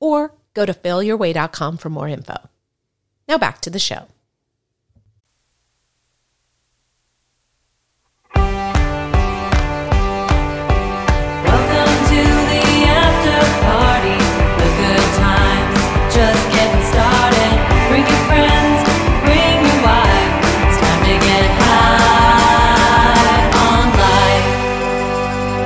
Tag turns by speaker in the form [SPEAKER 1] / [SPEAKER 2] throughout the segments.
[SPEAKER 1] or go to failyourway.com for more info. Now back to the show.
[SPEAKER 2] Welcome to the after party. The good times just getting started. Bring your friends, bring your wife. It's time to get high on life.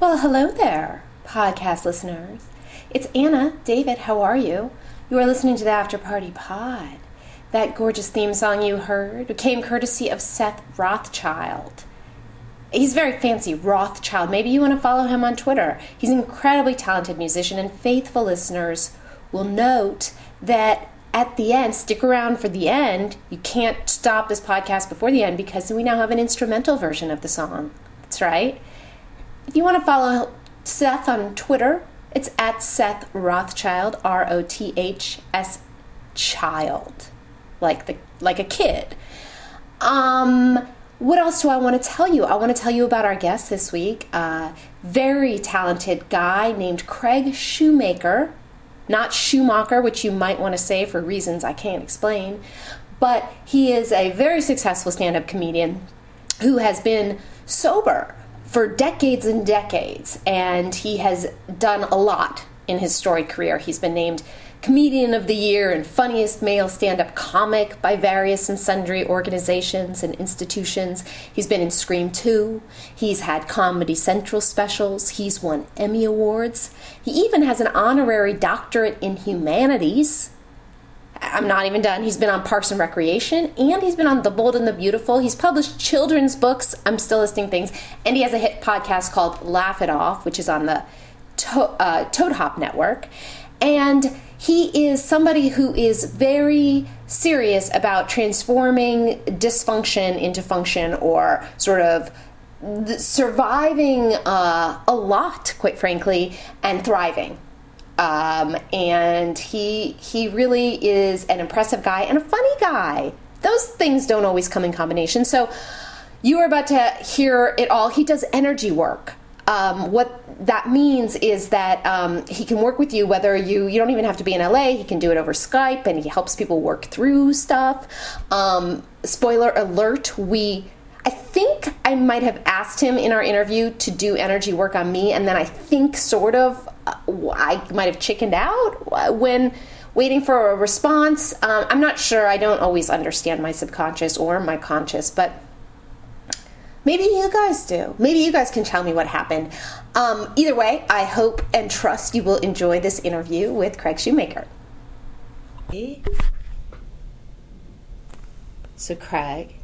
[SPEAKER 3] Well, hello there, podcast listeners. It's Anna, David, how are you? You are listening to the After Party Pod. That gorgeous theme song you heard came courtesy of Seth Rothschild. He's very fancy, Rothschild. Maybe you want to follow him on Twitter. He's an incredibly talented musician, and faithful listeners will note that at the end, stick around for the end. You can't stop this podcast before the end because we now have an instrumental version of the song. That's right. If you want to follow Seth on Twitter, it's at Seth Rothschild, R O T H S child, like the like a kid. Um, what else do I want to tell you? I want to tell you about our guest this week, a very talented guy named Craig Shoemaker, not Schumacher, which you might want to say for reasons I can't explain, but he is a very successful stand-up comedian who has been sober for decades and decades, and he has done a lot in his storied career. He's been named Comedian of the Year and Funniest Male Stand Up Comic by various and sundry organizations and institutions. He's been in Scream 2. He's had Comedy Central specials. He's won Emmy Awards. He even has an honorary doctorate in humanities. I'm not even done. He's been on Parks and Recreation and he's been on The Bold and the Beautiful. He's published children's books. I'm still listing things. And he has a hit podcast called Laugh It Off, which is on the to- uh, Toad Hop Network. And he is somebody who is very serious about transforming dysfunction into function or sort of th- surviving uh, a lot, quite frankly, and thriving um, and he he really is an impressive guy and a funny guy. Those things don't always come in combination. So you are about to hear it all. He does energy work. Um, what that means is that um, he can work with you whether you you don't even have to be in LA. He can do it over Skype, and he helps people work through stuff. Um, spoiler alert: we I think I might have asked him in our interview to do energy work on me, and then I think sort of uh, I might have chickened out uh, when waiting for a response. Um, I'm not sure. I don't always understand my subconscious or my conscious, but maybe you guys do. Maybe you guys can tell me what happened. Um, either way, I hope and trust you will enjoy this interview with Craig Shoemaker. So, Craig,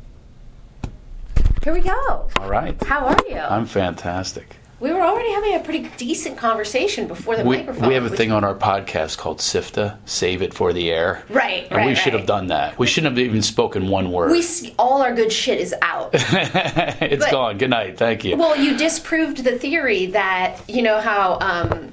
[SPEAKER 3] here we go.
[SPEAKER 4] All right.
[SPEAKER 3] How are you?
[SPEAKER 4] I'm fantastic.
[SPEAKER 3] We were already having a pretty decent conversation before the
[SPEAKER 4] We,
[SPEAKER 3] microphone.
[SPEAKER 4] we have a
[SPEAKER 3] which-
[SPEAKER 4] thing on our podcast called SIFTA, Save It for the Air.
[SPEAKER 3] Right,
[SPEAKER 4] And
[SPEAKER 3] right,
[SPEAKER 4] we should
[SPEAKER 3] right.
[SPEAKER 4] have done that. We shouldn't have even spoken one word.
[SPEAKER 3] We see all our good shit is out.
[SPEAKER 4] it's
[SPEAKER 3] but-
[SPEAKER 4] gone. Good night. Thank you.
[SPEAKER 3] well, you disproved the theory that you know how. Um,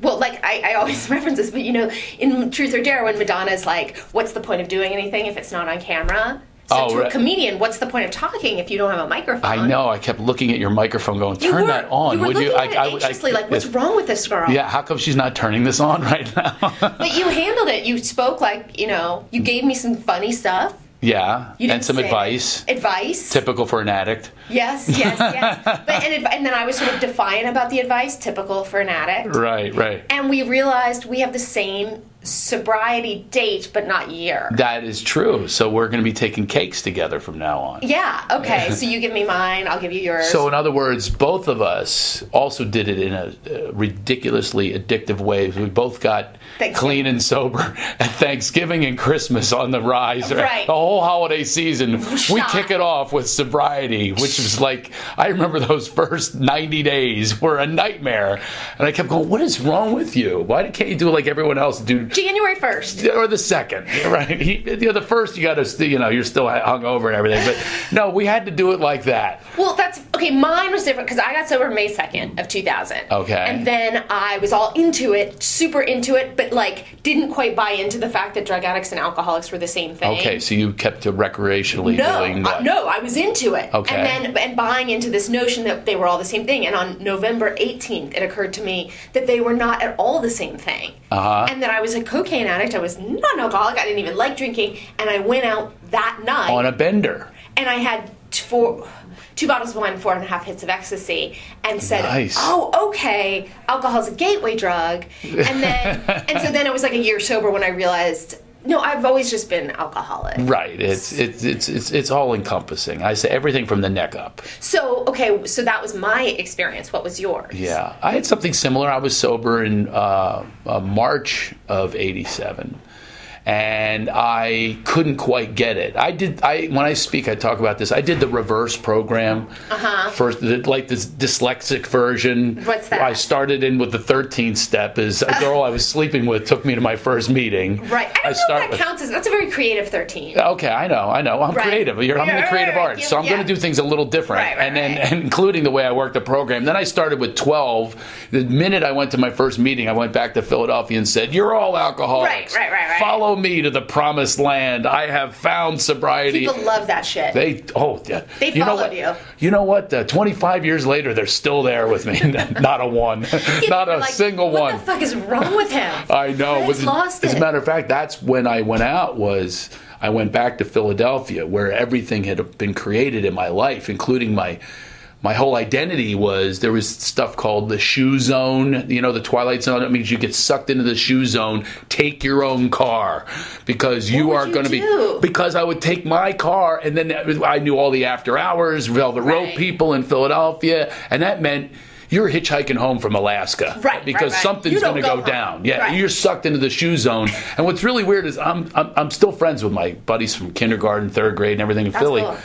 [SPEAKER 3] well, like I, I always reference this, but you know, in Truth or Dare, when Madonna's like, "What's the point of doing anything if it's not on camera?" So
[SPEAKER 4] Oh,
[SPEAKER 3] to a
[SPEAKER 4] right.
[SPEAKER 3] comedian, what's the point of talking if you don't have a microphone?
[SPEAKER 4] I know. I kept looking at your microphone going,
[SPEAKER 3] You
[SPEAKER 4] turn
[SPEAKER 3] were-
[SPEAKER 4] that on,
[SPEAKER 3] You were
[SPEAKER 4] would
[SPEAKER 3] looking
[SPEAKER 4] you?
[SPEAKER 3] At it
[SPEAKER 4] I, I- I-
[SPEAKER 3] anxiously, like, what's
[SPEAKER 4] yes.
[SPEAKER 3] wrong with this girl?
[SPEAKER 4] Yeah, how come she's not turning this on right now?
[SPEAKER 3] But you handled it. You spoke like, you know, you gave me some funny stuff.
[SPEAKER 4] yeah.
[SPEAKER 3] You
[SPEAKER 4] And
[SPEAKER 3] didn't
[SPEAKER 4] some
[SPEAKER 3] say-
[SPEAKER 4] advice.
[SPEAKER 3] Advice.
[SPEAKER 4] Typical for an addict.
[SPEAKER 3] Yes, yes, yes. but and, adv- and then I was sort of defiant about the advice, typical for an addict.
[SPEAKER 4] Right, right.
[SPEAKER 3] And we realized we have the same sobriety date, but not year.
[SPEAKER 4] That is true. So we're going to be taking cakes together from now on.
[SPEAKER 3] Yeah. Okay. so you give me mine. I'll give you yours.
[SPEAKER 4] So, in other words, both of us also did it in a uh, ridiculously addictive way. We both got
[SPEAKER 3] Thanksgiving.
[SPEAKER 4] clean and sober at Thanksgiving and Christmas on the rise.
[SPEAKER 3] Right.
[SPEAKER 4] The whole holiday season, we
[SPEAKER 3] Shot.
[SPEAKER 4] kick it off with sobriety, which was like, I remember those first 90 days were a nightmare. And I kept going, What is wrong with you? Why can't you do like everyone else? Do
[SPEAKER 3] January first.
[SPEAKER 4] or the second, right? He, you know, the first you got to, you know, you're still hungover and everything. But no, we had to do it like that.
[SPEAKER 3] Well, that's okay. Mine was different because I got sober May second of two thousand.
[SPEAKER 4] Okay.
[SPEAKER 3] And then I was all into it, super into it, but like didn't quite buy into the fact that drug addicts and alcoholics were the same thing.
[SPEAKER 4] Okay, so you kept to recreationally
[SPEAKER 3] No,
[SPEAKER 4] doing
[SPEAKER 3] I,
[SPEAKER 4] what?
[SPEAKER 3] no, I was into it.
[SPEAKER 4] Okay.
[SPEAKER 3] And then and buying into this notion that they were all the same thing. And on November 18th, it occurred to me that they were not at all the same thing. Uh-huh. And that I was a cocaine addict. I was not an alcoholic. I didn't even like drinking. And I went out that night
[SPEAKER 4] on a bender.
[SPEAKER 3] and I had t- four, two bottles of wine, four and a half hits of ecstasy, and said,
[SPEAKER 4] Nice.
[SPEAKER 3] "Oh, okay, alcohol's a gateway drug." And then, and so then it was like a year sober when I realized, no, I've always just been alcoholic.
[SPEAKER 4] Right. It's it's it's it's, it's all encompassing. I say everything from the neck up.
[SPEAKER 3] So okay, so that was my experience. What was yours?
[SPEAKER 4] Yeah, I had something similar. I was sober in uh, uh, March of '87, and I couldn't quite get it. I did. I when I speak, I talk about this. I did the reverse program first, the, like this dyslexic version.
[SPEAKER 3] Uh-huh. What's that?
[SPEAKER 4] I started in with the 13th step. Is a girl I was sleeping with took me to my first meeting.
[SPEAKER 3] Right. I don't know
[SPEAKER 4] start
[SPEAKER 3] if that
[SPEAKER 4] with-
[SPEAKER 3] counts as that's a very creative thirteen.
[SPEAKER 4] Okay, I know, I know. I'm
[SPEAKER 3] Right.
[SPEAKER 4] creative. You're, I'm in
[SPEAKER 3] Yeah,
[SPEAKER 4] the
[SPEAKER 3] right,
[SPEAKER 4] creative
[SPEAKER 3] right,
[SPEAKER 4] arts, so I'm
[SPEAKER 3] yeah.
[SPEAKER 4] going to do things a little different,
[SPEAKER 3] Right, right,
[SPEAKER 4] and then
[SPEAKER 3] right.
[SPEAKER 4] and including the way I worked the program. Then I started with 12. The minute I went to my first meeting, I went back to Philadelphia and said, "You're all alcoholics.
[SPEAKER 3] Right, right, right, right.
[SPEAKER 4] Follow me to the promised land. I have found sobriety."
[SPEAKER 3] People love that shit.
[SPEAKER 4] they oh yeah.
[SPEAKER 3] They
[SPEAKER 4] you know
[SPEAKER 3] followed
[SPEAKER 4] what?
[SPEAKER 3] you.
[SPEAKER 4] You know what? Uh, 25 years later, they're still there with me. Not a one.
[SPEAKER 3] Yeah,
[SPEAKER 4] Not
[SPEAKER 3] they were
[SPEAKER 4] a
[SPEAKER 3] like,
[SPEAKER 4] single
[SPEAKER 3] what
[SPEAKER 4] one.
[SPEAKER 3] What the fuck is wrong with him?
[SPEAKER 4] I know.
[SPEAKER 3] He's
[SPEAKER 4] Was-
[SPEAKER 3] lost
[SPEAKER 4] as
[SPEAKER 3] it.
[SPEAKER 4] a matter of fact, that's when I went out. Was I went back to Philadelphia, where everything had been created in my life, including my my whole identity. Was there was stuff called the shoe zone? You know, the Twilight Zone. It means you get sucked into the shoe zone. Take your own car because you
[SPEAKER 3] would
[SPEAKER 4] are
[SPEAKER 3] you
[SPEAKER 4] going to
[SPEAKER 3] do?
[SPEAKER 4] be because I would take my car, and then I knew all the after hours, Velvet Road
[SPEAKER 3] Right.
[SPEAKER 4] people in Philadelphia, and that meant. You're hitchhiking home from Alaska,
[SPEAKER 3] Right, right,
[SPEAKER 4] Because
[SPEAKER 3] right. You
[SPEAKER 4] something's
[SPEAKER 3] don't
[SPEAKER 4] going to
[SPEAKER 3] go
[SPEAKER 4] go,
[SPEAKER 3] home.
[SPEAKER 4] down. Yeah,
[SPEAKER 3] Right.
[SPEAKER 4] you're sucked into the shoe zone. And what's really weird is I'm, I'm I'm still friends with my buddies from kindergarten, third grade, and everything in Philly.
[SPEAKER 3] cool.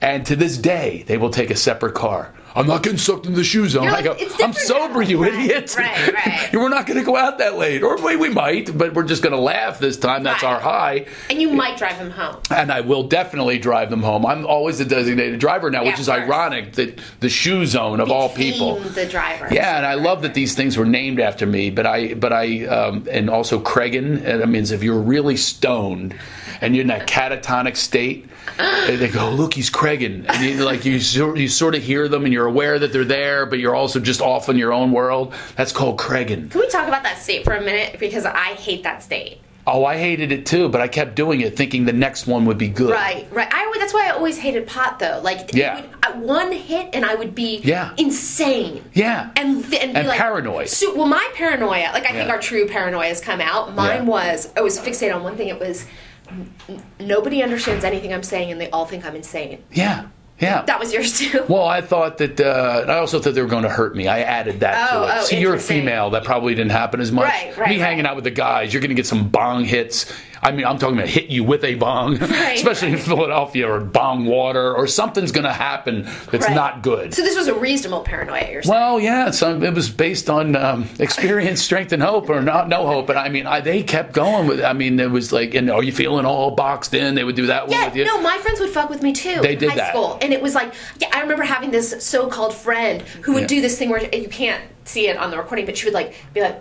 [SPEAKER 4] And to this day, they will take a separate car. I'm not getting sucked into the shoe zone.
[SPEAKER 3] You're
[SPEAKER 4] I
[SPEAKER 3] like,
[SPEAKER 4] go,
[SPEAKER 3] "It's
[SPEAKER 4] I'm
[SPEAKER 3] different
[SPEAKER 4] sober,
[SPEAKER 3] now."
[SPEAKER 4] you
[SPEAKER 3] Right,
[SPEAKER 4] idiots.
[SPEAKER 3] right, right.
[SPEAKER 4] we're not going to go out that late, or wait, we might, but we're just going to laugh this time. That's
[SPEAKER 3] Right.
[SPEAKER 4] our high.
[SPEAKER 3] and you might drive him home.
[SPEAKER 4] And I will definitely drive them home. I'm always the designated driver now,
[SPEAKER 3] Yeah,
[SPEAKER 4] which is
[SPEAKER 3] of course.
[SPEAKER 4] ironic that the shoe zone of all people.
[SPEAKER 3] Became The driver.
[SPEAKER 4] Yeah, and I love that these things were named after me. But I, but I, um, and also Cregan. and That means if you're really stoned and you're in that catatonic state, and they go, "Look, he's Cregan," and you, like you, sor- you sort of hear them, and you're aware that they're there, but you're also just off in your own world. That's called Cregan.
[SPEAKER 3] Can we talk about that state for a minute? Because I hate that state.
[SPEAKER 4] Oh, I hated it too, but I kept doing it, thinking the next one would be good.
[SPEAKER 3] Right, right. I would, that's why I always hated pot though. Like it
[SPEAKER 4] Yeah.
[SPEAKER 3] would, I- one hit and I would be
[SPEAKER 4] Yeah.
[SPEAKER 3] insane.
[SPEAKER 4] Yeah.
[SPEAKER 3] And th- and, be
[SPEAKER 4] And
[SPEAKER 3] like,
[SPEAKER 4] paranoid.
[SPEAKER 3] So, well, my paranoia, like I think
[SPEAKER 4] Yeah.
[SPEAKER 3] our true paranoia has come out. Mine
[SPEAKER 4] Yeah.
[SPEAKER 3] was I was fixated on one thing. It was n- n- nobody understands anything I'm saying, and they all think I'm insane.
[SPEAKER 4] Yeah. Yeah.
[SPEAKER 3] That was yours too.
[SPEAKER 4] Well, I thought that. Uh, I also thought they were going to hurt me. I added that
[SPEAKER 3] Oh,
[SPEAKER 4] to it.
[SPEAKER 3] oh,
[SPEAKER 4] See, you're a
[SPEAKER 3] interesting.
[SPEAKER 4] female. That probably didn't happen as much.
[SPEAKER 3] Right, right,
[SPEAKER 4] me hanging
[SPEAKER 3] right.
[SPEAKER 4] out with the guys, you're going to get some bong hits. I mean, I'm talking about hit you with a bong, especially in Philadelphia or bong water or something's going to happen that's
[SPEAKER 3] Right.
[SPEAKER 4] not good.
[SPEAKER 3] So this was a reasonable paranoia. You're saying.
[SPEAKER 4] Well, yeah, so it was based on um, experience, strength, and hope, or not no hope. And I mean, I, they kept going with. I mean, it was like, and are you feeling all boxed in? They would do that one
[SPEAKER 3] Yeah,
[SPEAKER 4] with you.
[SPEAKER 3] no, my friends would fuck with me too.
[SPEAKER 4] They
[SPEAKER 3] in
[SPEAKER 4] did
[SPEAKER 3] high
[SPEAKER 4] that.
[SPEAKER 3] school, and it was like, yeah, I remember having this so-called friend who would
[SPEAKER 4] Yeah.
[SPEAKER 3] do this thing where you can't see it on the recording, but she would like be like,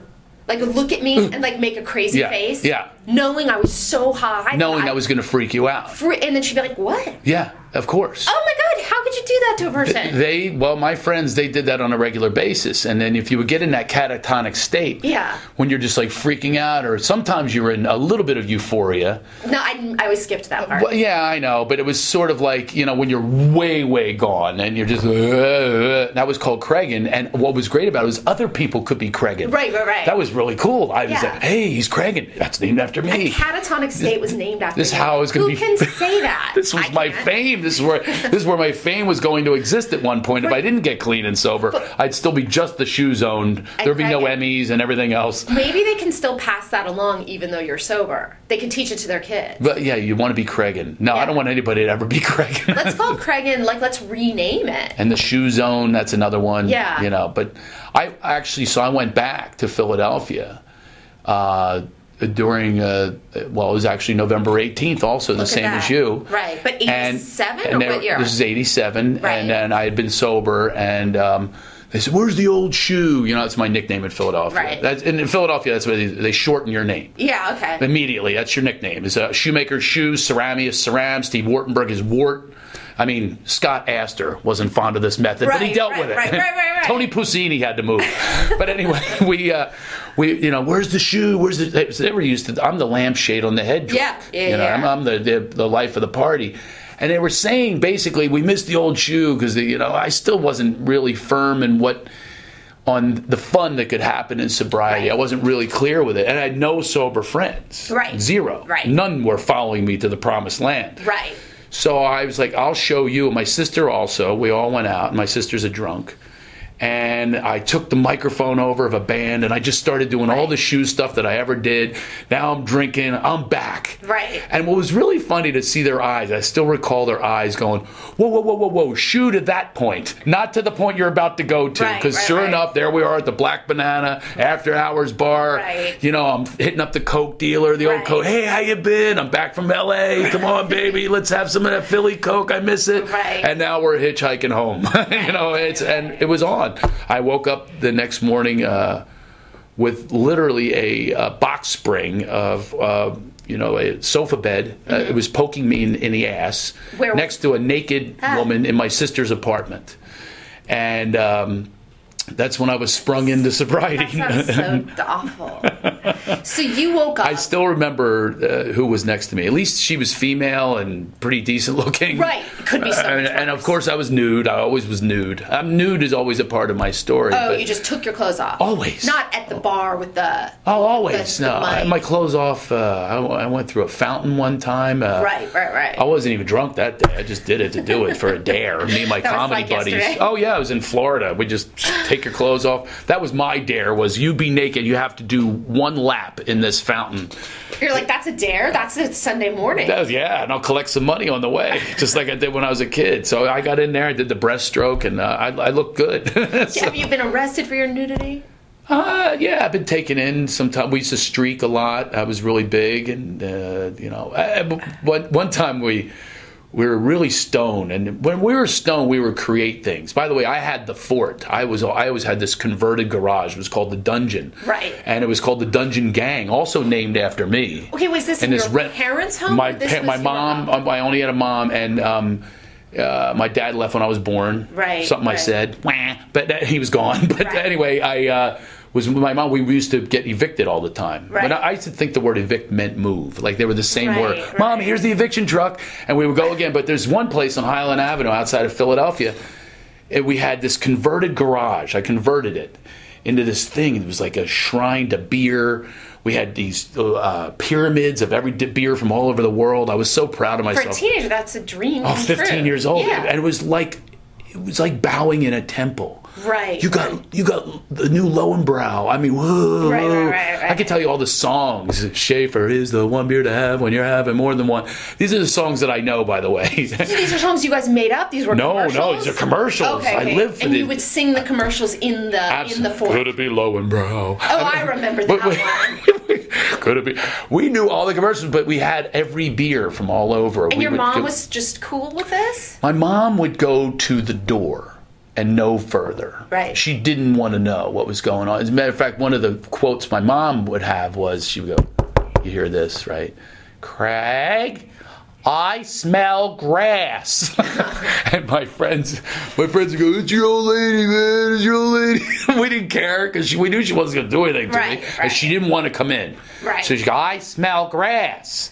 [SPEAKER 3] like look at me and like make a crazy
[SPEAKER 4] Yeah,
[SPEAKER 3] face,
[SPEAKER 4] yeah.
[SPEAKER 3] knowing I was so high,
[SPEAKER 4] knowing
[SPEAKER 3] I,
[SPEAKER 4] that was going to freak you out.
[SPEAKER 3] fr- and then she'd be like, what?
[SPEAKER 4] Yeah, of course.
[SPEAKER 3] Oh my god, how could you do that to a person?
[SPEAKER 4] They well, my friends, they did that on a regular basis, and then if you would get in that catatonic state,
[SPEAKER 3] Yeah.
[SPEAKER 4] when you're just like freaking out, or sometimes you're in a little bit of euphoria.
[SPEAKER 3] no, I, I always skipped that part.
[SPEAKER 4] Well, yeah, I know, but it was sort of like you know when you're way way gone and you're just uh, uh, that was called Cragen, and what was great about it was other people could be Cragen.
[SPEAKER 3] Right, right, right.
[SPEAKER 4] That was really cool. I was
[SPEAKER 3] Yeah.
[SPEAKER 4] like, hey, he's Cragen. That's named after me.
[SPEAKER 3] Catatonic state was named after
[SPEAKER 4] this
[SPEAKER 3] you.
[SPEAKER 4] how it's
[SPEAKER 3] Who
[SPEAKER 4] going to
[SPEAKER 3] can
[SPEAKER 4] be.
[SPEAKER 3] say that?
[SPEAKER 4] this was
[SPEAKER 3] I
[SPEAKER 4] my
[SPEAKER 3] can't.
[SPEAKER 4] fame. This is where this is where my fame was going to exist at one point. If I didn't get clean and sober, I'd still be just the shoe zoned. There'd be no
[SPEAKER 3] Cragen.
[SPEAKER 4] Emmys and everything else.
[SPEAKER 3] Maybe they can still pass that along even though you're sober. They can teach it to their kids.
[SPEAKER 4] But yeah, you want to be Cragen. No,
[SPEAKER 3] Yeah.
[SPEAKER 4] I don't want anybody to ever be Cragen.
[SPEAKER 3] Let's call Cragen, like, let's rename it.
[SPEAKER 4] and the shoe zone that's another one
[SPEAKER 3] Yeah.
[SPEAKER 4] you know but i actually so i went back to philadelphia uh, during uh, well it was actually november 18th also the
[SPEAKER 3] at
[SPEAKER 4] same
[SPEAKER 3] that.
[SPEAKER 4] as you
[SPEAKER 3] Right, but
[SPEAKER 4] And-
[SPEAKER 3] 87
[SPEAKER 4] and
[SPEAKER 3] or
[SPEAKER 4] they
[SPEAKER 3] what
[SPEAKER 4] were-
[SPEAKER 3] year?
[SPEAKER 4] this is 87
[SPEAKER 3] Right.
[SPEAKER 4] and then i had been sober and um, they said where's the old shoe you know that's my nickname in philadelphia
[SPEAKER 3] Right.
[SPEAKER 4] that's, and in philadelphia that's where they, they shorten your name
[SPEAKER 3] Yeah, okay.
[SPEAKER 4] immediately. That's your nickname. Is uh, Shoemaker Shoe, Cerami is Ceram, Steve Wartenberg is Wart. I mean, Scott Astor wasn't fond of this method, but he
[SPEAKER 3] Right,
[SPEAKER 4] dealt
[SPEAKER 3] right,
[SPEAKER 4] with it.
[SPEAKER 3] right, right, right, right.
[SPEAKER 4] Tony Pusini had to move. but anyway, we, uh, we, you know, where's the shoe? Where's the? They, they were used to. I'm the lampshade on the head. drop.
[SPEAKER 3] Yeah, yeah,
[SPEAKER 4] You know,
[SPEAKER 3] yeah.
[SPEAKER 4] I'm, I'm the, the the life of the party. And they were saying basically, we missed the old shoe because you know I still wasn't really firm in what on the fun that could happen in sobriety. I wasn't really clear with it, and I had no sober friends.
[SPEAKER 3] Right.
[SPEAKER 4] Zero.
[SPEAKER 3] Right.
[SPEAKER 4] None were following me to the promised land.
[SPEAKER 3] Right.
[SPEAKER 4] So I was like, I'll show you. And my sister also. We all went out. and My sister's a drunk. And I took the microphone over of a band and I just started doing all the shoe stuff that I ever did. Now I'm drinking, I'm back.
[SPEAKER 3] Right.
[SPEAKER 4] And what was really funny to see their eyes, I still recall their eyes going, whoa, whoa, whoa, whoa, whoa, shoe to that point, not to the point you're about to go to.
[SPEAKER 3] Right,
[SPEAKER 4] Because
[SPEAKER 3] right,
[SPEAKER 4] sure
[SPEAKER 3] right.
[SPEAKER 4] enough, there we are at the Black Banana After Hours Bar.
[SPEAKER 3] Right.
[SPEAKER 4] You know, I'm hitting up the Coke dealer, the old
[SPEAKER 3] Right.
[SPEAKER 4] Coke. Hey, how you been? I'm back from LA. Come on, baby. Let's have some of that Philly Coke. I miss it.
[SPEAKER 3] Right.
[SPEAKER 4] And now we're hitchhiking home. you know, it's and it was on. I woke up the next morning uh, with literally a, uh box spring of. Uh, you know, a sofa bed. Uh, it was poking me in, in the ass
[SPEAKER 3] Mm-hmm. Where-
[SPEAKER 4] next to a naked
[SPEAKER 3] Ah.
[SPEAKER 4] woman in my sister's apartment. And um, that's when I was sprung into sobriety.
[SPEAKER 3] That sounds so awful. So you woke up.
[SPEAKER 4] I still remember uh, who was next to me. At least she was female and pretty decent looking. Uh,
[SPEAKER 3] Right. Could be so
[SPEAKER 4] and,
[SPEAKER 3] much
[SPEAKER 4] and of
[SPEAKER 3] worse.
[SPEAKER 4] course, I was nude. I always was nude. Um, nude is always a part of my story.
[SPEAKER 3] oh,
[SPEAKER 4] but-
[SPEAKER 3] you just took your clothes off.
[SPEAKER 4] Always.
[SPEAKER 3] Not at the bar with the.
[SPEAKER 4] Oh, always.
[SPEAKER 3] the- the
[SPEAKER 4] no, I had
[SPEAKER 3] money.
[SPEAKER 4] my clothes off. Uh, I, I went through a fountain one time. Uh,
[SPEAKER 3] Right, right, right.
[SPEAKER 4] I wasn't even drunk that day. I just did it to do it for a dare. Me and my
[SPEAKER 3] That was
[SPEAKER 4] comedy
[SPEAKER 3] like
[SPEAKER 4] buddies.
[SPEAKER 3] yesterday.
[SPEAKER 4] Oh yeah, I was in Florida. We just take your clothes off. That was my dare. Was you be naked? You have to do one lap in this fountain.
[SPEAKER 3] You're like, that's a dare? That's a Sunday morning.
[SPEAKER 4] That was- yeah, and I'll collect some money on the way, just like I did when I was a kid. So I got in there, I did the breaststroke, and uh, I, I looked good. So,
[SPEAKER 3] Have you been arrested for your nudity?
[SPEAKER 4] uh, yeah, I've been taken in sometimes. We used to streak a lot. I was really big, and uh, you know, I, I- but one, one time we we were really stoned, and when we were stoned, we would create things. By the way, I had the fort. I was I always had this converted garage. It was called the dungeon,
[SPEAKER 3] Right.
[SPEAKER 4] And it was called the Dungeon Gang, also named after me.
[SPEAKER 3] Okay, was this
[SPEAKER 4] And
[SPEAKER 3] in
[SPEAKER 4] this
[SPEAKER 3] your
[SPEAKER 4] rent-
[SPEAKER 3] parents' home?
[SPEAKER 4] My
[SPEAKER 3] or this
[SPEAKER 4] pa-
[SPEAKER 3] was
[SPEAKER 4] my
[SPEAKER 3] your
[SPEAKER 4] mom.
[SPEAKER 3] mom?
[SPEAKER 4] um, I only had a mom, and um, uh, my dad left when I was born.
[SPEAKER 3] Right,
[SPEAKER 4] Something I
[SPEAKER 3] right.
[SPEAKER 4] said, Wah, but that, he was gone. But
[SPEAKER 3] Right.
[SPEAKER 4] anyway, I uh, was with my mom. We used to get evicted all the time.
[SPEAKER 3] Right.
[SPEAKER 4] But I, I used to think the word evict meant move, like they were the same
[SPEAKER 3] Right,
[SPEAKER 4] word. Mom,
[SPEAKER 3] right.
[SPEAKER 4] here's the eviction truck, and we would go again. But there's one place on Highland Avenue outside of Philadelphia. And we had this converted garage. I converted it into this thing. It was like a shrine to beer. We had these uh, pyramids of every di- beer from all over the world. I was so proud of
[SPEAKER 3] For a
[SPEAKER 4] myself.
[SPEAKER 3] teenager, that's a dream.
[SPEAKER 4] Oh,
[SPEAKER 3] come true.
[SPEAKER 4] 15 years old,
[SPEAKER 3] Yeah.
[SPEAKER 4] and it was like it was like bowing in a temple.
[SPEAKER 3] Right.
[SPEAKER 4] You got you got the new Lowenbrow. I mean, whoa.
[SPEAKER 3] Right, right, right, right.
[SPEAKER 4] I could tell you all the songs. Schaefer is the one beer to have when you're having more than one. These are the songs that I know, by the way.
[SPEAKER 3] these are songs you guys made up. These were
[SPEAKER 4] No, no,
[SPEAKER 3] commercials?
[SPEAKER 4] these are commercials. I live for
[SPEAKER 3] and
[SPEAKER 4] the-
[SPEAKER 3] you would sing the commercials in the in the fort.
[SPEAKER 4] Could it be Lowenbrow?
[SPEAKER 3] Oh, I remember
[SPEAKER 4] But
[SPEAKER 3] that one.
[SPEAKER 4] we- Could it be? We knew all the commercials, but we had every beer from all over.
[SPEAKER 3] And your mom was just cool with this?
[SPEAKER 4] My mom would go to the door and no further.
[SPEAKER 3] Right.
[SPEAKER 4] She didn't want to know what was going on. As a matter of fact, one of the quotes my mom would have was she would go, You hear this, right? Craig, I smell grass. and my friends, my friends would go, it's your old lady, man, it's your old lady. we didn't care because we knew she wasn't going to do anything to
[SPEAKER 3] Right,
[SPEAKER 4] me.
[SPEAKER 3] right.
[SPEAKER 4] And she didn't want to come in.
[SPEAKER 3] Right.
[SPEAKER 4] So she go, I smell grass.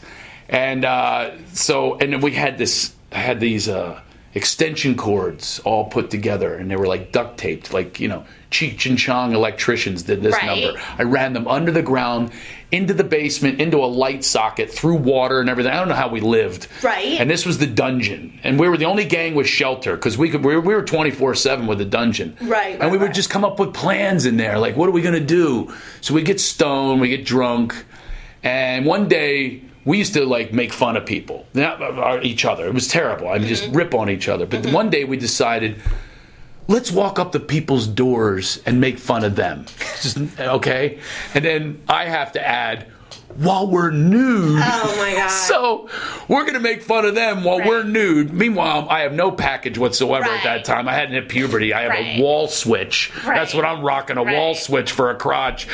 [SPEAKER 4] And uh, so, and then we had this, I had these uh, extension cords all put together and they were like duct taped, like, you know, Cheech and Chong electricians did this
[SPEAKER 3] Right.
[SPEAKER 4] number. I ran them under the ground, into the basement, into a light socket, through water and everything. I don't know how we lived.
[SPEAKER 3] Right.
[SPEAKER 4] And this was the dungeon. And we were the only gang with shelter because we could, we were, we were 24 7 with the dungeon.
[SPEAKER 3] Right,
[SPEAKER 4] And
[SPEAKER 3] right,
[SPEAKER 4] we would
[SPEAKER 3] right.
[SPEAKER 4] just come up with plans in there. Like, what are we going to do? So we get stoned, we get drunk. And one day, we used to like make fun of people, not uh, each other. It was terrible. I mean, just
[SPEAKER 3] Mm-hmm.
[SPEAKER 4] rip on each other. But one day we decided, let's walk up to people's doors and make fun of them. Just, okay? And then I have to add, while we're nude.
[SPEAKER 3] Oh my God.
[SPEAKER 4] So we're going to make fun of them while we're
[SPEAKER 3] Right.
[SPEAKER 4] nude. Meanwhile, I have no package whatsoever at that
[SPEAKER 3] Right.
[SPEAKER 4] time. I hadn't hit puberty. I have
[SPEAKER 3] Right.
[SPEAKER 4] a wall switch.
[SPEAKER 3] Right.
[SPEAKER 4] That's what I'm rocking a wall
[SPEAKER 3] Right.
[SPEAKER 4] switch for a crotch.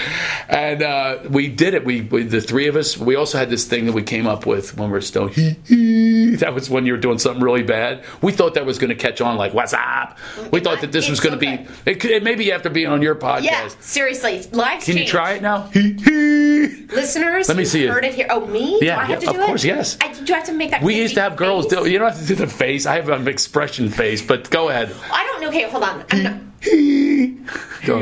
[SPEAKER 4] And uh, we did it. We, we the three of us. We also had this thing that we came up with when we were still. that was when you were doing something really bad. We thought that was going to catch on. Like what's up? We thought that this
[SPEAKER 3] It's
[SPEAKER 4] was going
[SPEAKER 3] so
[SPEAKER 4] to
[SPEAKER 3] good.
[SPEAKER 4] be. It, could- it maybe after being on your podcast.
[SPEAKER 3] Yeah, seriously. Live
[SPEAKER 4] Can you try it now? Listeners,
[SPEAKER 3] Listeners,
[SPEAKER 4] let me
[SPEAKER 3] you
[SPEAKER 4] see it.
[SPEAKER 3] heard it here. Oh, me? do
[SPEAKER 4] Yeah,
[SPEAKER 3] I have
[SPEAKER 4] yeah,
[SPEAKER 3] to do
[SPEAKER 4] of
[SPEAKER 3] it?
[SPEAKER 4] course, yes.
[SPEAKER 3] I, do I have to make that
[SPEAKER 4] We used
[SPEAKER 3] crazy
[SPEAKER 4] to have girls
[SPEAKER 3] face?
[SPEAKER 4] do. You don't have to do the face. I have an expression face, but go ahead.
[SPEAKER 3] I don't know. Okay, hold on. I'm not,
[SPEAKER 4] Go.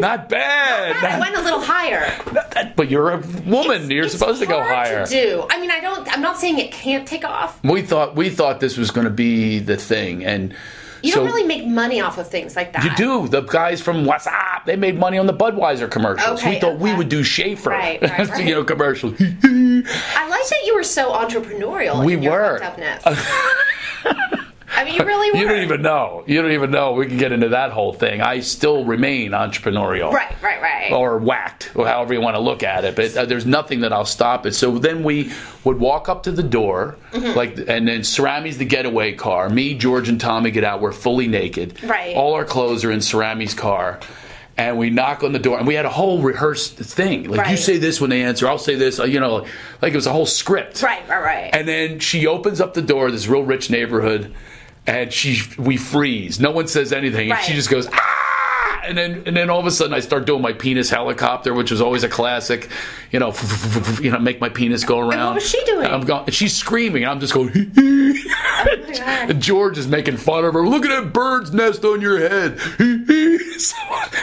[SPEAKER 4] Not bad.
[SPEAKER 3] I went a little higher.
[SPEAKER 4] Not that- but you're a woman.
[SPEAKER 3] It's-
[SPEAKER 4] you're
[SPEAKER 3] it's
[SPEAKER 4] supposed to go
[SPEAKER 3] hard
[SPEAKER 4] higher.
[SPEAKER 3] To do. I mean, I don't. I'm not saying it can't take off.
[SPEAKER 4] we thought we thought this was going to be the thing, and
[SPEAKER 3] You
[SPEAKER 4] so
[SPEAKER 3] don't really make money off of things like that.
[SPEAKER 4] you do. The guys from What's Up, they made money on the Budweiser commercials. we
[SPEAKER 3] Okay,
[SPEAKER 4] thought we
[SPEAKER 3] okay.
[SPEAKER 4] would do Schaefer,
[SPEAKER 3] Right, right, right.
[SPEAKER 4] you know, commercials.
[SPEAKER 3] I like that you were so entrepreneurial.
[SPEAKER 4] We
[SPEAKER 3] in your
[SPEAKER 4] were.
[SPEAKER 3] fucked upness. I mean, you really were.
[SPEAKER 4] You don't even know. You don't even know. We can get into that whole thing. I still remain entrepreneurial.
[SPEAKER 3] Right, right, right.
[SPEAKER 4] Or whacked, or however you want to look at it. But uh, there's nothing that'll stop it. So then we would walk up to the door,
[SPEAKER 3] Mm-hmm.
[SPEAKER 4] like, and then Cerami's the getaway car. Me, George, and Tommy get out. We're fully naked.
[SPEAKER 3] Right.
[SPEAKER 4] All our clothes are in Cerami's car. And we knock on the door, and we had a whole rehearsed thing. Like you
[SPEAKER 3] Right.
[SPEAKER 4] say this when they answer, I'll say this. uh, You know, like it was a whole script.
[SPEAKER 3] Right, right, right.
[SPEAKER 4] And then she opens up the door, this real rich neighborhood, and she we freeze. No one says anything. And she
[SPEAKER 3] Right.
[SPEAKER 4] just goes, ah! And then and then all of a sudden I start doing my penis helicopter, which was always a classic, you know, you know, make my penis go around.
[SPEAKER 3] was she doing? Oh
[SPEAKER 4] I'm going, she's screaming, and I'm just going, and George is making fun of her. Look at that bird's nest on your head. So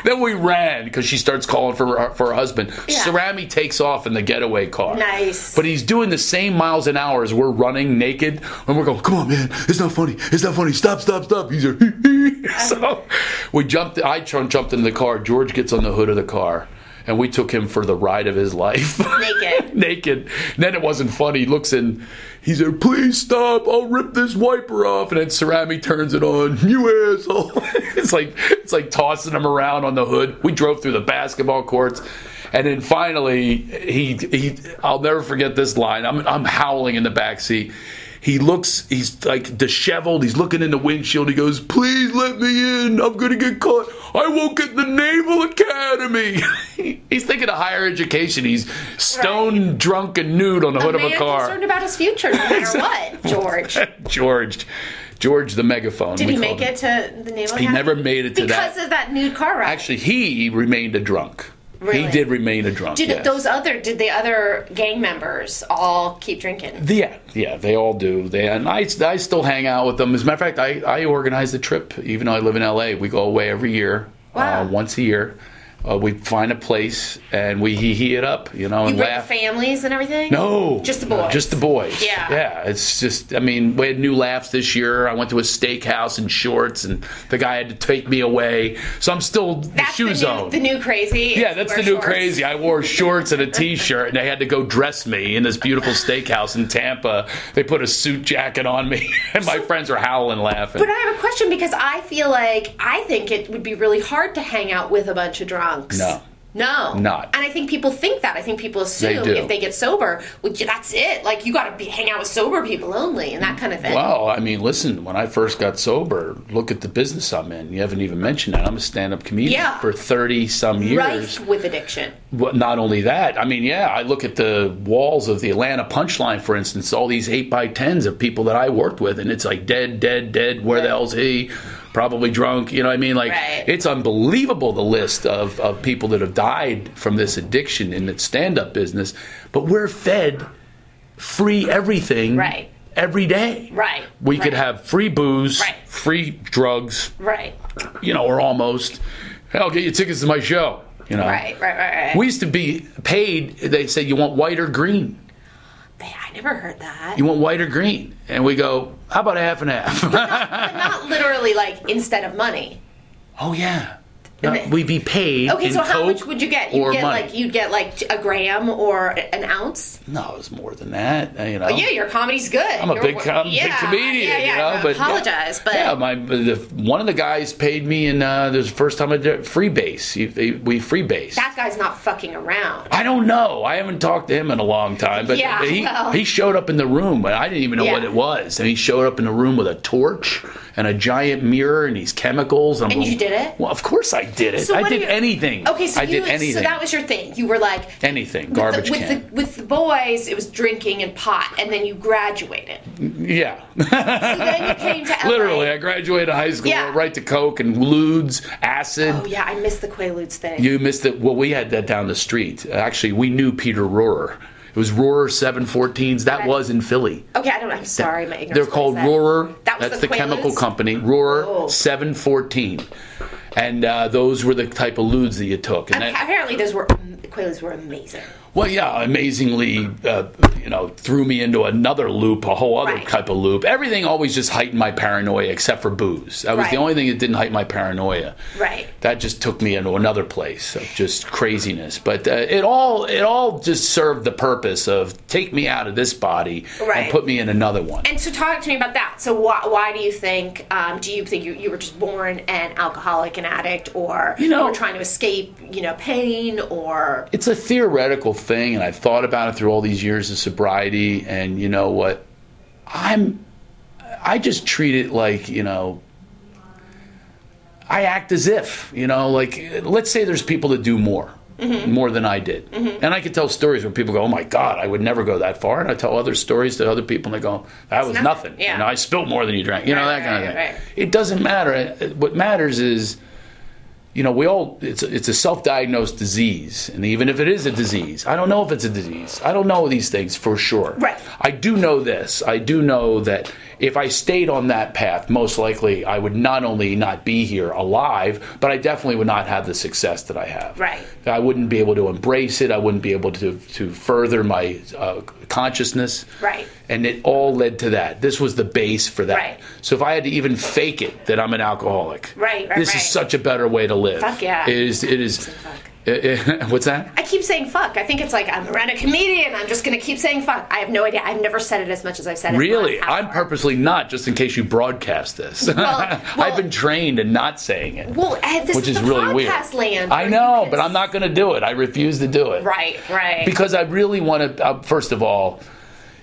[SPEAKER 4] then we ran because she starts calling for her, for her husband.
[SPEAKER 3] Yeah.
[SPEAKER 4] Cerami takes off in the getaway car.
[SPEAKER 3] Nice.
[SPEAKER 4] But he's doing the same miles an hour as we're running naked, and we're going, "Come on, man! It's not funny! It's not funny! Stop! Stop! Stop!" He's like, so we jumped. I ch- jumped in the car. George gets on the hood of the car, and we took him for the ride of his life.
[SPEAKER 3] Naked.
[SPEAKER 4] naked. And then it wasn't funny. He looks in. He's like, "Please stop! I'll rip this wiper off." And then Cerami turns it on. You asshole! it's like it's like tossing him around on the hood. We drove through the basketball courts, and then finally, he he. I'll never forget this line. I'm I'm howling in the back seat. He looks, he's like disheveled. He's looking in the windshield. He goes, Please let me in. I'm going to get caught. I won't get the Naval Academy. he's thinking of higher education. He's stone drunk and nude on the hood
[SPEAKER 3] a
[SPEAKER 4] of
[SPEAKER 3] man
[SPEAKER 4] a car.
[SPEAKER 3] concerned about his future, no matter what, George.
[SPEAKER 4] George, George the megaphone.
[SPEAKER 3] Did
[SPEAKER 4] we
[SPEAKER 3] he
[SPEAKER 4] called
[SPEAKER 3] make
[SPEAKER 4] him.
[SPEAKER 3] it to the naval?
[SPEAKER 4] He
[SPEAKER 3] Academy?
[SPEAKER 4] never made it to
[SPEAKER 3] because
[SPEAKER 4] that.
[SPEAKER 3] of that nude car wreck.
[SPEAKER 4] Actually, he remained a drunk. He
[SPEAKER 3] Really?
[SPEAKER 4] did remain a drunk.
[SPEAKER 3] did
[SPEAKER 4] yes.
[SPEAKER 3] those other? Did the other gang members all keep drinking?
[SPEAKER 4] Yeah, yeah, they all do. They and I, I still hang out with them. As a matter of fact, I, I organize the trip. Even though I live in LA, we go away every year,
[SPEAKER 3] Wow.
[SPEAKER 4] uh, once a year. Uh, we find a place and we hee hee it up, you know,
[SPEAKER 3] You
[SPEAKER 4] and
[SPEAKER 3] bring
[SPEAKER 4] laugh.
[SPEAKER 3] families and everything?
[SPEAKER 4] No,
[SPEAKER 3] Just the
[SPEAKER 4] No,
[SPEAKER 3] boys.
[SPEAKER 4] just the boys.
[SPEAKER 3] Yeah.
[SPEAKER 4] yeah. It's just, I mean, we had new laughs this year. I went to a steakhouse in shorts, and the guy had to take me away. So I'm still the
[SPEAKER 3] That's
[SPEAKER 4] shoe
[SPEAKER 3] the new,
[SPEAKER 4] zone.
[SPEAKER 3] The new crazy.
[SPEAKER 4] Yeah,
[SPEAKER 3] is
[SPEAKER 4] that's
[SPEAKER 3] wear
[SPEAKER 4] the new
[SPEAKER 3] shorts.
[SPEAKER 4] crazy. I wore shorts and a t-shirt, and they had to go dress me in this beautiful steakhouse in Tampa. They put a suit jacket on me, and my friends were howling laughing.
[SPEAKER 3] But I have a question because I feel like I think it would be really hard to hang out with a bunch of drunks.
[SPEAKER 4] No.
[SPEAKER 3] No.
[SPEAKER 4] Not.
[SPEAKER 3] And I think people think that. I think people assume
[SPEAKER 4] do.
[SPEAKER 3] if they get sober, well, yeah, that's it. Like, you got to be hang out with sober people only and that kind of thing.
[SPEAKER 4] Well, I mean, listen, when I first got sober, look at the business I'm in. You haven't even mentioned that. I'm a stand up comedian
[SPEAKER 3] Yeah.
[SPEAKER 4] for 30 some years.
[SPEAKER 3] Rife with addiction.
[SPEAKER 4] Well, not only that, I mean, yeah, I look at the walls of the Atlanta Punchline, for instance, all these 8 by 10s of people that I worked with, and it's like dead, dead, dead, where the hell's he? Probably drunk, you know what I mean? Like,
[SPEAKER 3] Right.
[SPEAKER 4] it's unbelievable the list of, of people that have died from this addiction in the stand up business, but we're fed free everything
[SPEAKER 3] Right.
[SPEAKER 4] every day.
[SPEAKER 3] Right.
[SPEAKER 4] We could
[SPEAKER 3] Right.
[SPEAKER 4] have free booze,
[SPEAKER 3] Right.
[SPEAKER 4] free drugs,
[SPEAKER 3] Right.
[SPEAKER 4] you know, or almost. Hey, I'll get you tickets to my show. You know,
[SPEAKER 3] Right, right, right, right.
[SPEAKER 4] we used to be paid. They say you want white or green.
[SPEAKER 3] Man, I never heard that.
[SPEAKER 4] You want white or green, and we go. How about a half and half?
[SPEAKER 3] Not literally like instead of money.
[SPEAKER 4] oh yeah,
[SPEAKER 3] And
[SPEAKER 4] No,
[SPEAKER 3] the-
[SPEAKER 4] we'd be paid.
[SPEAKER 3] Okay,
[SPEAKER 4] in
[SPEAKER 3] so how much
[SPEAKER 4] Coke
[SPEAKER 3] would you get? You'd
[SPEAKER 4] or
[SPEAKER 3] get
[SPEAKER 4] money.
[SPEAKER 3] like you'd get like a gram or an ounce.
[SPEAKER 4] no, it was more than that. uh, You know.
[SPEAKER 3] Oh, yeah, your comedy's good.
[SPEAKER 4] I'm a
[SPEAKER 3] You're-
[SPEAKER 4] big, com- big
[SPEAKER 3] yeah,
[SPEAKER 4] comedian,
[SPEAKER 3] Yeah, yeah.
[SPEAKER 4] you know.
[SPEAKER 3] I
[SPEAKER 4] but
[SPEAKER 3] apologize, but
[SPEAKER 4] yeah, my the, one of the guys paid me, and uh, this was the first time I did free base. He- he- We free base.
[SPEAKER 3] that guy's not fucking around.
[SPEAKER 4] I don't know. I haven't talked to him in a long time, but
[SPEAKER 3] Yeah,
[SPEAKER 4] he
[SPEAKER 3] well.
[SPEAKER 4] he showed up in the room, and I didn't even know
[SPEAKER 3] Yeah.
[SPEAKER 4] what it was. And he showed up in the room with a torch and a giant mirror and these chemicals. And, I'm
[SPEAKER 3] And
[SPEAKER 4] going,
[SPEAKER 3] you did it?
[SPEAKER 4] Well, of course I did it.
[SPEAKER 3] So
[SPEAKER 4] I
[SPEAKER 3] what are
[SPEAKER 4] did
[SPEAKER 3] you-
[SPEAKER 4] anything.
[SPEAKER 3] Okay, so
[SPEAKER 4] I
[SPEAKER 3] you
[SPEAKER 4] did anything.
[SPEAKER 3] so that was your thing. You were like
[SPEAKER 4] anything.
[SPEAKER 3] with
[SPEAKER 4] Garbage
[SPEAKER 3] the, with
[SPEAKER 4] can.
[SPEAKER 3] The, with the boys, it was drinking and pot, and then you graduated.
[SPEAKER 4] Yeah.
[SPEAKER 3] So then you came to LA.
[SPEAKER 4] Literally, I graduated high school
[SPEAKER 3] Yeah.
[SPEAKER 4] right to coke and lewds, acid.
[SPEAKER 3] Oh yeah, I missed the Quaaludes thing.
[SPEAKER 4] You missed it. Well, we had that down the street. Actually, we knew Peter Rohrer. It was Rohrer 714s. That
[SPEAKER 3] Right.
[SPEAKER 4] was in Philly.
[SPEAKER 3] okay, I don't. I'm sorry, my ignorance.
[SPEAKER 4] They're called
[SPEAKER 3] plays that.
[SPEAKER 4] Rohrer.
[SPEAKER 3] That was
[SPEAKER 4] That's
[SPEAKER 3] the,
[SPEAKER 4] the, chemical
[SPEAKER 3] Quaaludes?
[SPEAKER 4] company. Rohrer
[SPEAKER 3] Oh.
[SPEAKER 4] 714. And uh, those were the type of lewds that you took. And that,
[SPEAKER 3] Apparently, those were um, the Quaaludes were amazing.
[SPEAKER 4] well, yeah, amazingly, uh, you know, threw me into another loop, a whole other
[SPEAKER 3] Right.
[SPEAKER 4] type of loop. Everything always just heightened my paranoia, except for booze. That was the
[SPEAKER 3] Right.
[SPEAKER 4] only thing that didn't heighten my paranoia.
[SPEAKER 3] Right.
[SPEAKER 4] That just took me into another place of just craziness. But uh, it all it all just served the purpose of take me out of this body
[SPEAKER 3] Right.
[SPEAKER 4] and put me in another one.
[SPEAKER 3] And so, talk to me about that. So, why, why do you think? Um, do you think you, you were just born an alcoholic, an addict, or
[SPEAKER 4] You know-
[SPEAKER 3] were trying to escape, you know, pain, or
[SPEAKER 4] it's a theoretical thing and i've thought about it through all these years of sobriety and you know what i'm i just treat it like you know i act as if you know like let's say there's people that do more
[SPEAKER 3] Mm-hmm.
[SPEAKER 4] more than i did and i could tell stories where people go oh my god i would never go that far and i tell other stories to other people and they go that was
[SPEAKER 3] nothing.
[SPEAKER 4] nothing, You
[SPEAKER 3] Yeah.
[SPEAKER 4] know, i spilled more than you drank you know
[SPEAKER 3] Right,
[SPEAKER 4] that kind of
[SPEAKER 3] right,
[SPEAKER 4] thing
[SPEAKER 3] right.
[SPEAKER 4] it doesn't matter what matters is you know, we all, it's, it's a self diagnosed disease. And even if it is a disease, I don't know if it's a disease. I don't know these things for sure.
[SPEAKER 3] Right.
[SPEAKER 4] I do know this. I do know that if I stayed on that path, most likely I would not only not be here alive, but I definitely would not have the success that I have.
[SPEAKER 3] Right.
[SPEAKER 4] I wouldn't be able to embrace it. I wouldn't be able to, to further my uh, consciousness.
[SPEAKER 3] Right.
[SPEAKER 4] And it all led to that. This was the base for that.
[SPEAKER 3] Right.
[SPEAKER 4] So if I had to even fake it that I'm an alcoholic,
[SPEAKER 3] Right, right,
[SPEAKER 4] this
[SPEAKER 3] right.
[SPEAKER 4] is such a better way to live.
[SPEAKER 3] Fuck yeah.
[SPEAKER 4] It is. It is. it- it- what's that?
[SPEAKER 3] I keep saying fuck. I think it's like I'm around a comedian. I'm just gonna keep saying fuck. I have no idea. I've never said it as much as I've said it.
[SPEAKER 4] Really?
[SPEAKER 3] in the last
[SPEAKER 4] I'm
[SPEAKER 3] hour.
[SPEAKER 4] purposely not, just in case you broadcast this.
[SPEAKER 3] well-
[SPEAKER 4] I've been trained in not saying it,
[SPEAKER 3] Well, Ed, this
[SPEAKER 4] which
[SPEAKER 3] is,
[SPEAKER 4] is,
[SPEAKER 3] the
[SPEAKER 4] really weird.
[SPEAKER 3] podcast land.
[SPEAKER 4] I
[SPEAKER 3] where
[SPEAKER 4] know,
[SPEAKER 3] you can-
[SPEAKER 4] but I'm not going to do it. I refuse to do it.
[SPEAKER 3] Right, right.
[SPEAKER 4] Because I really want to. Uh, first of all.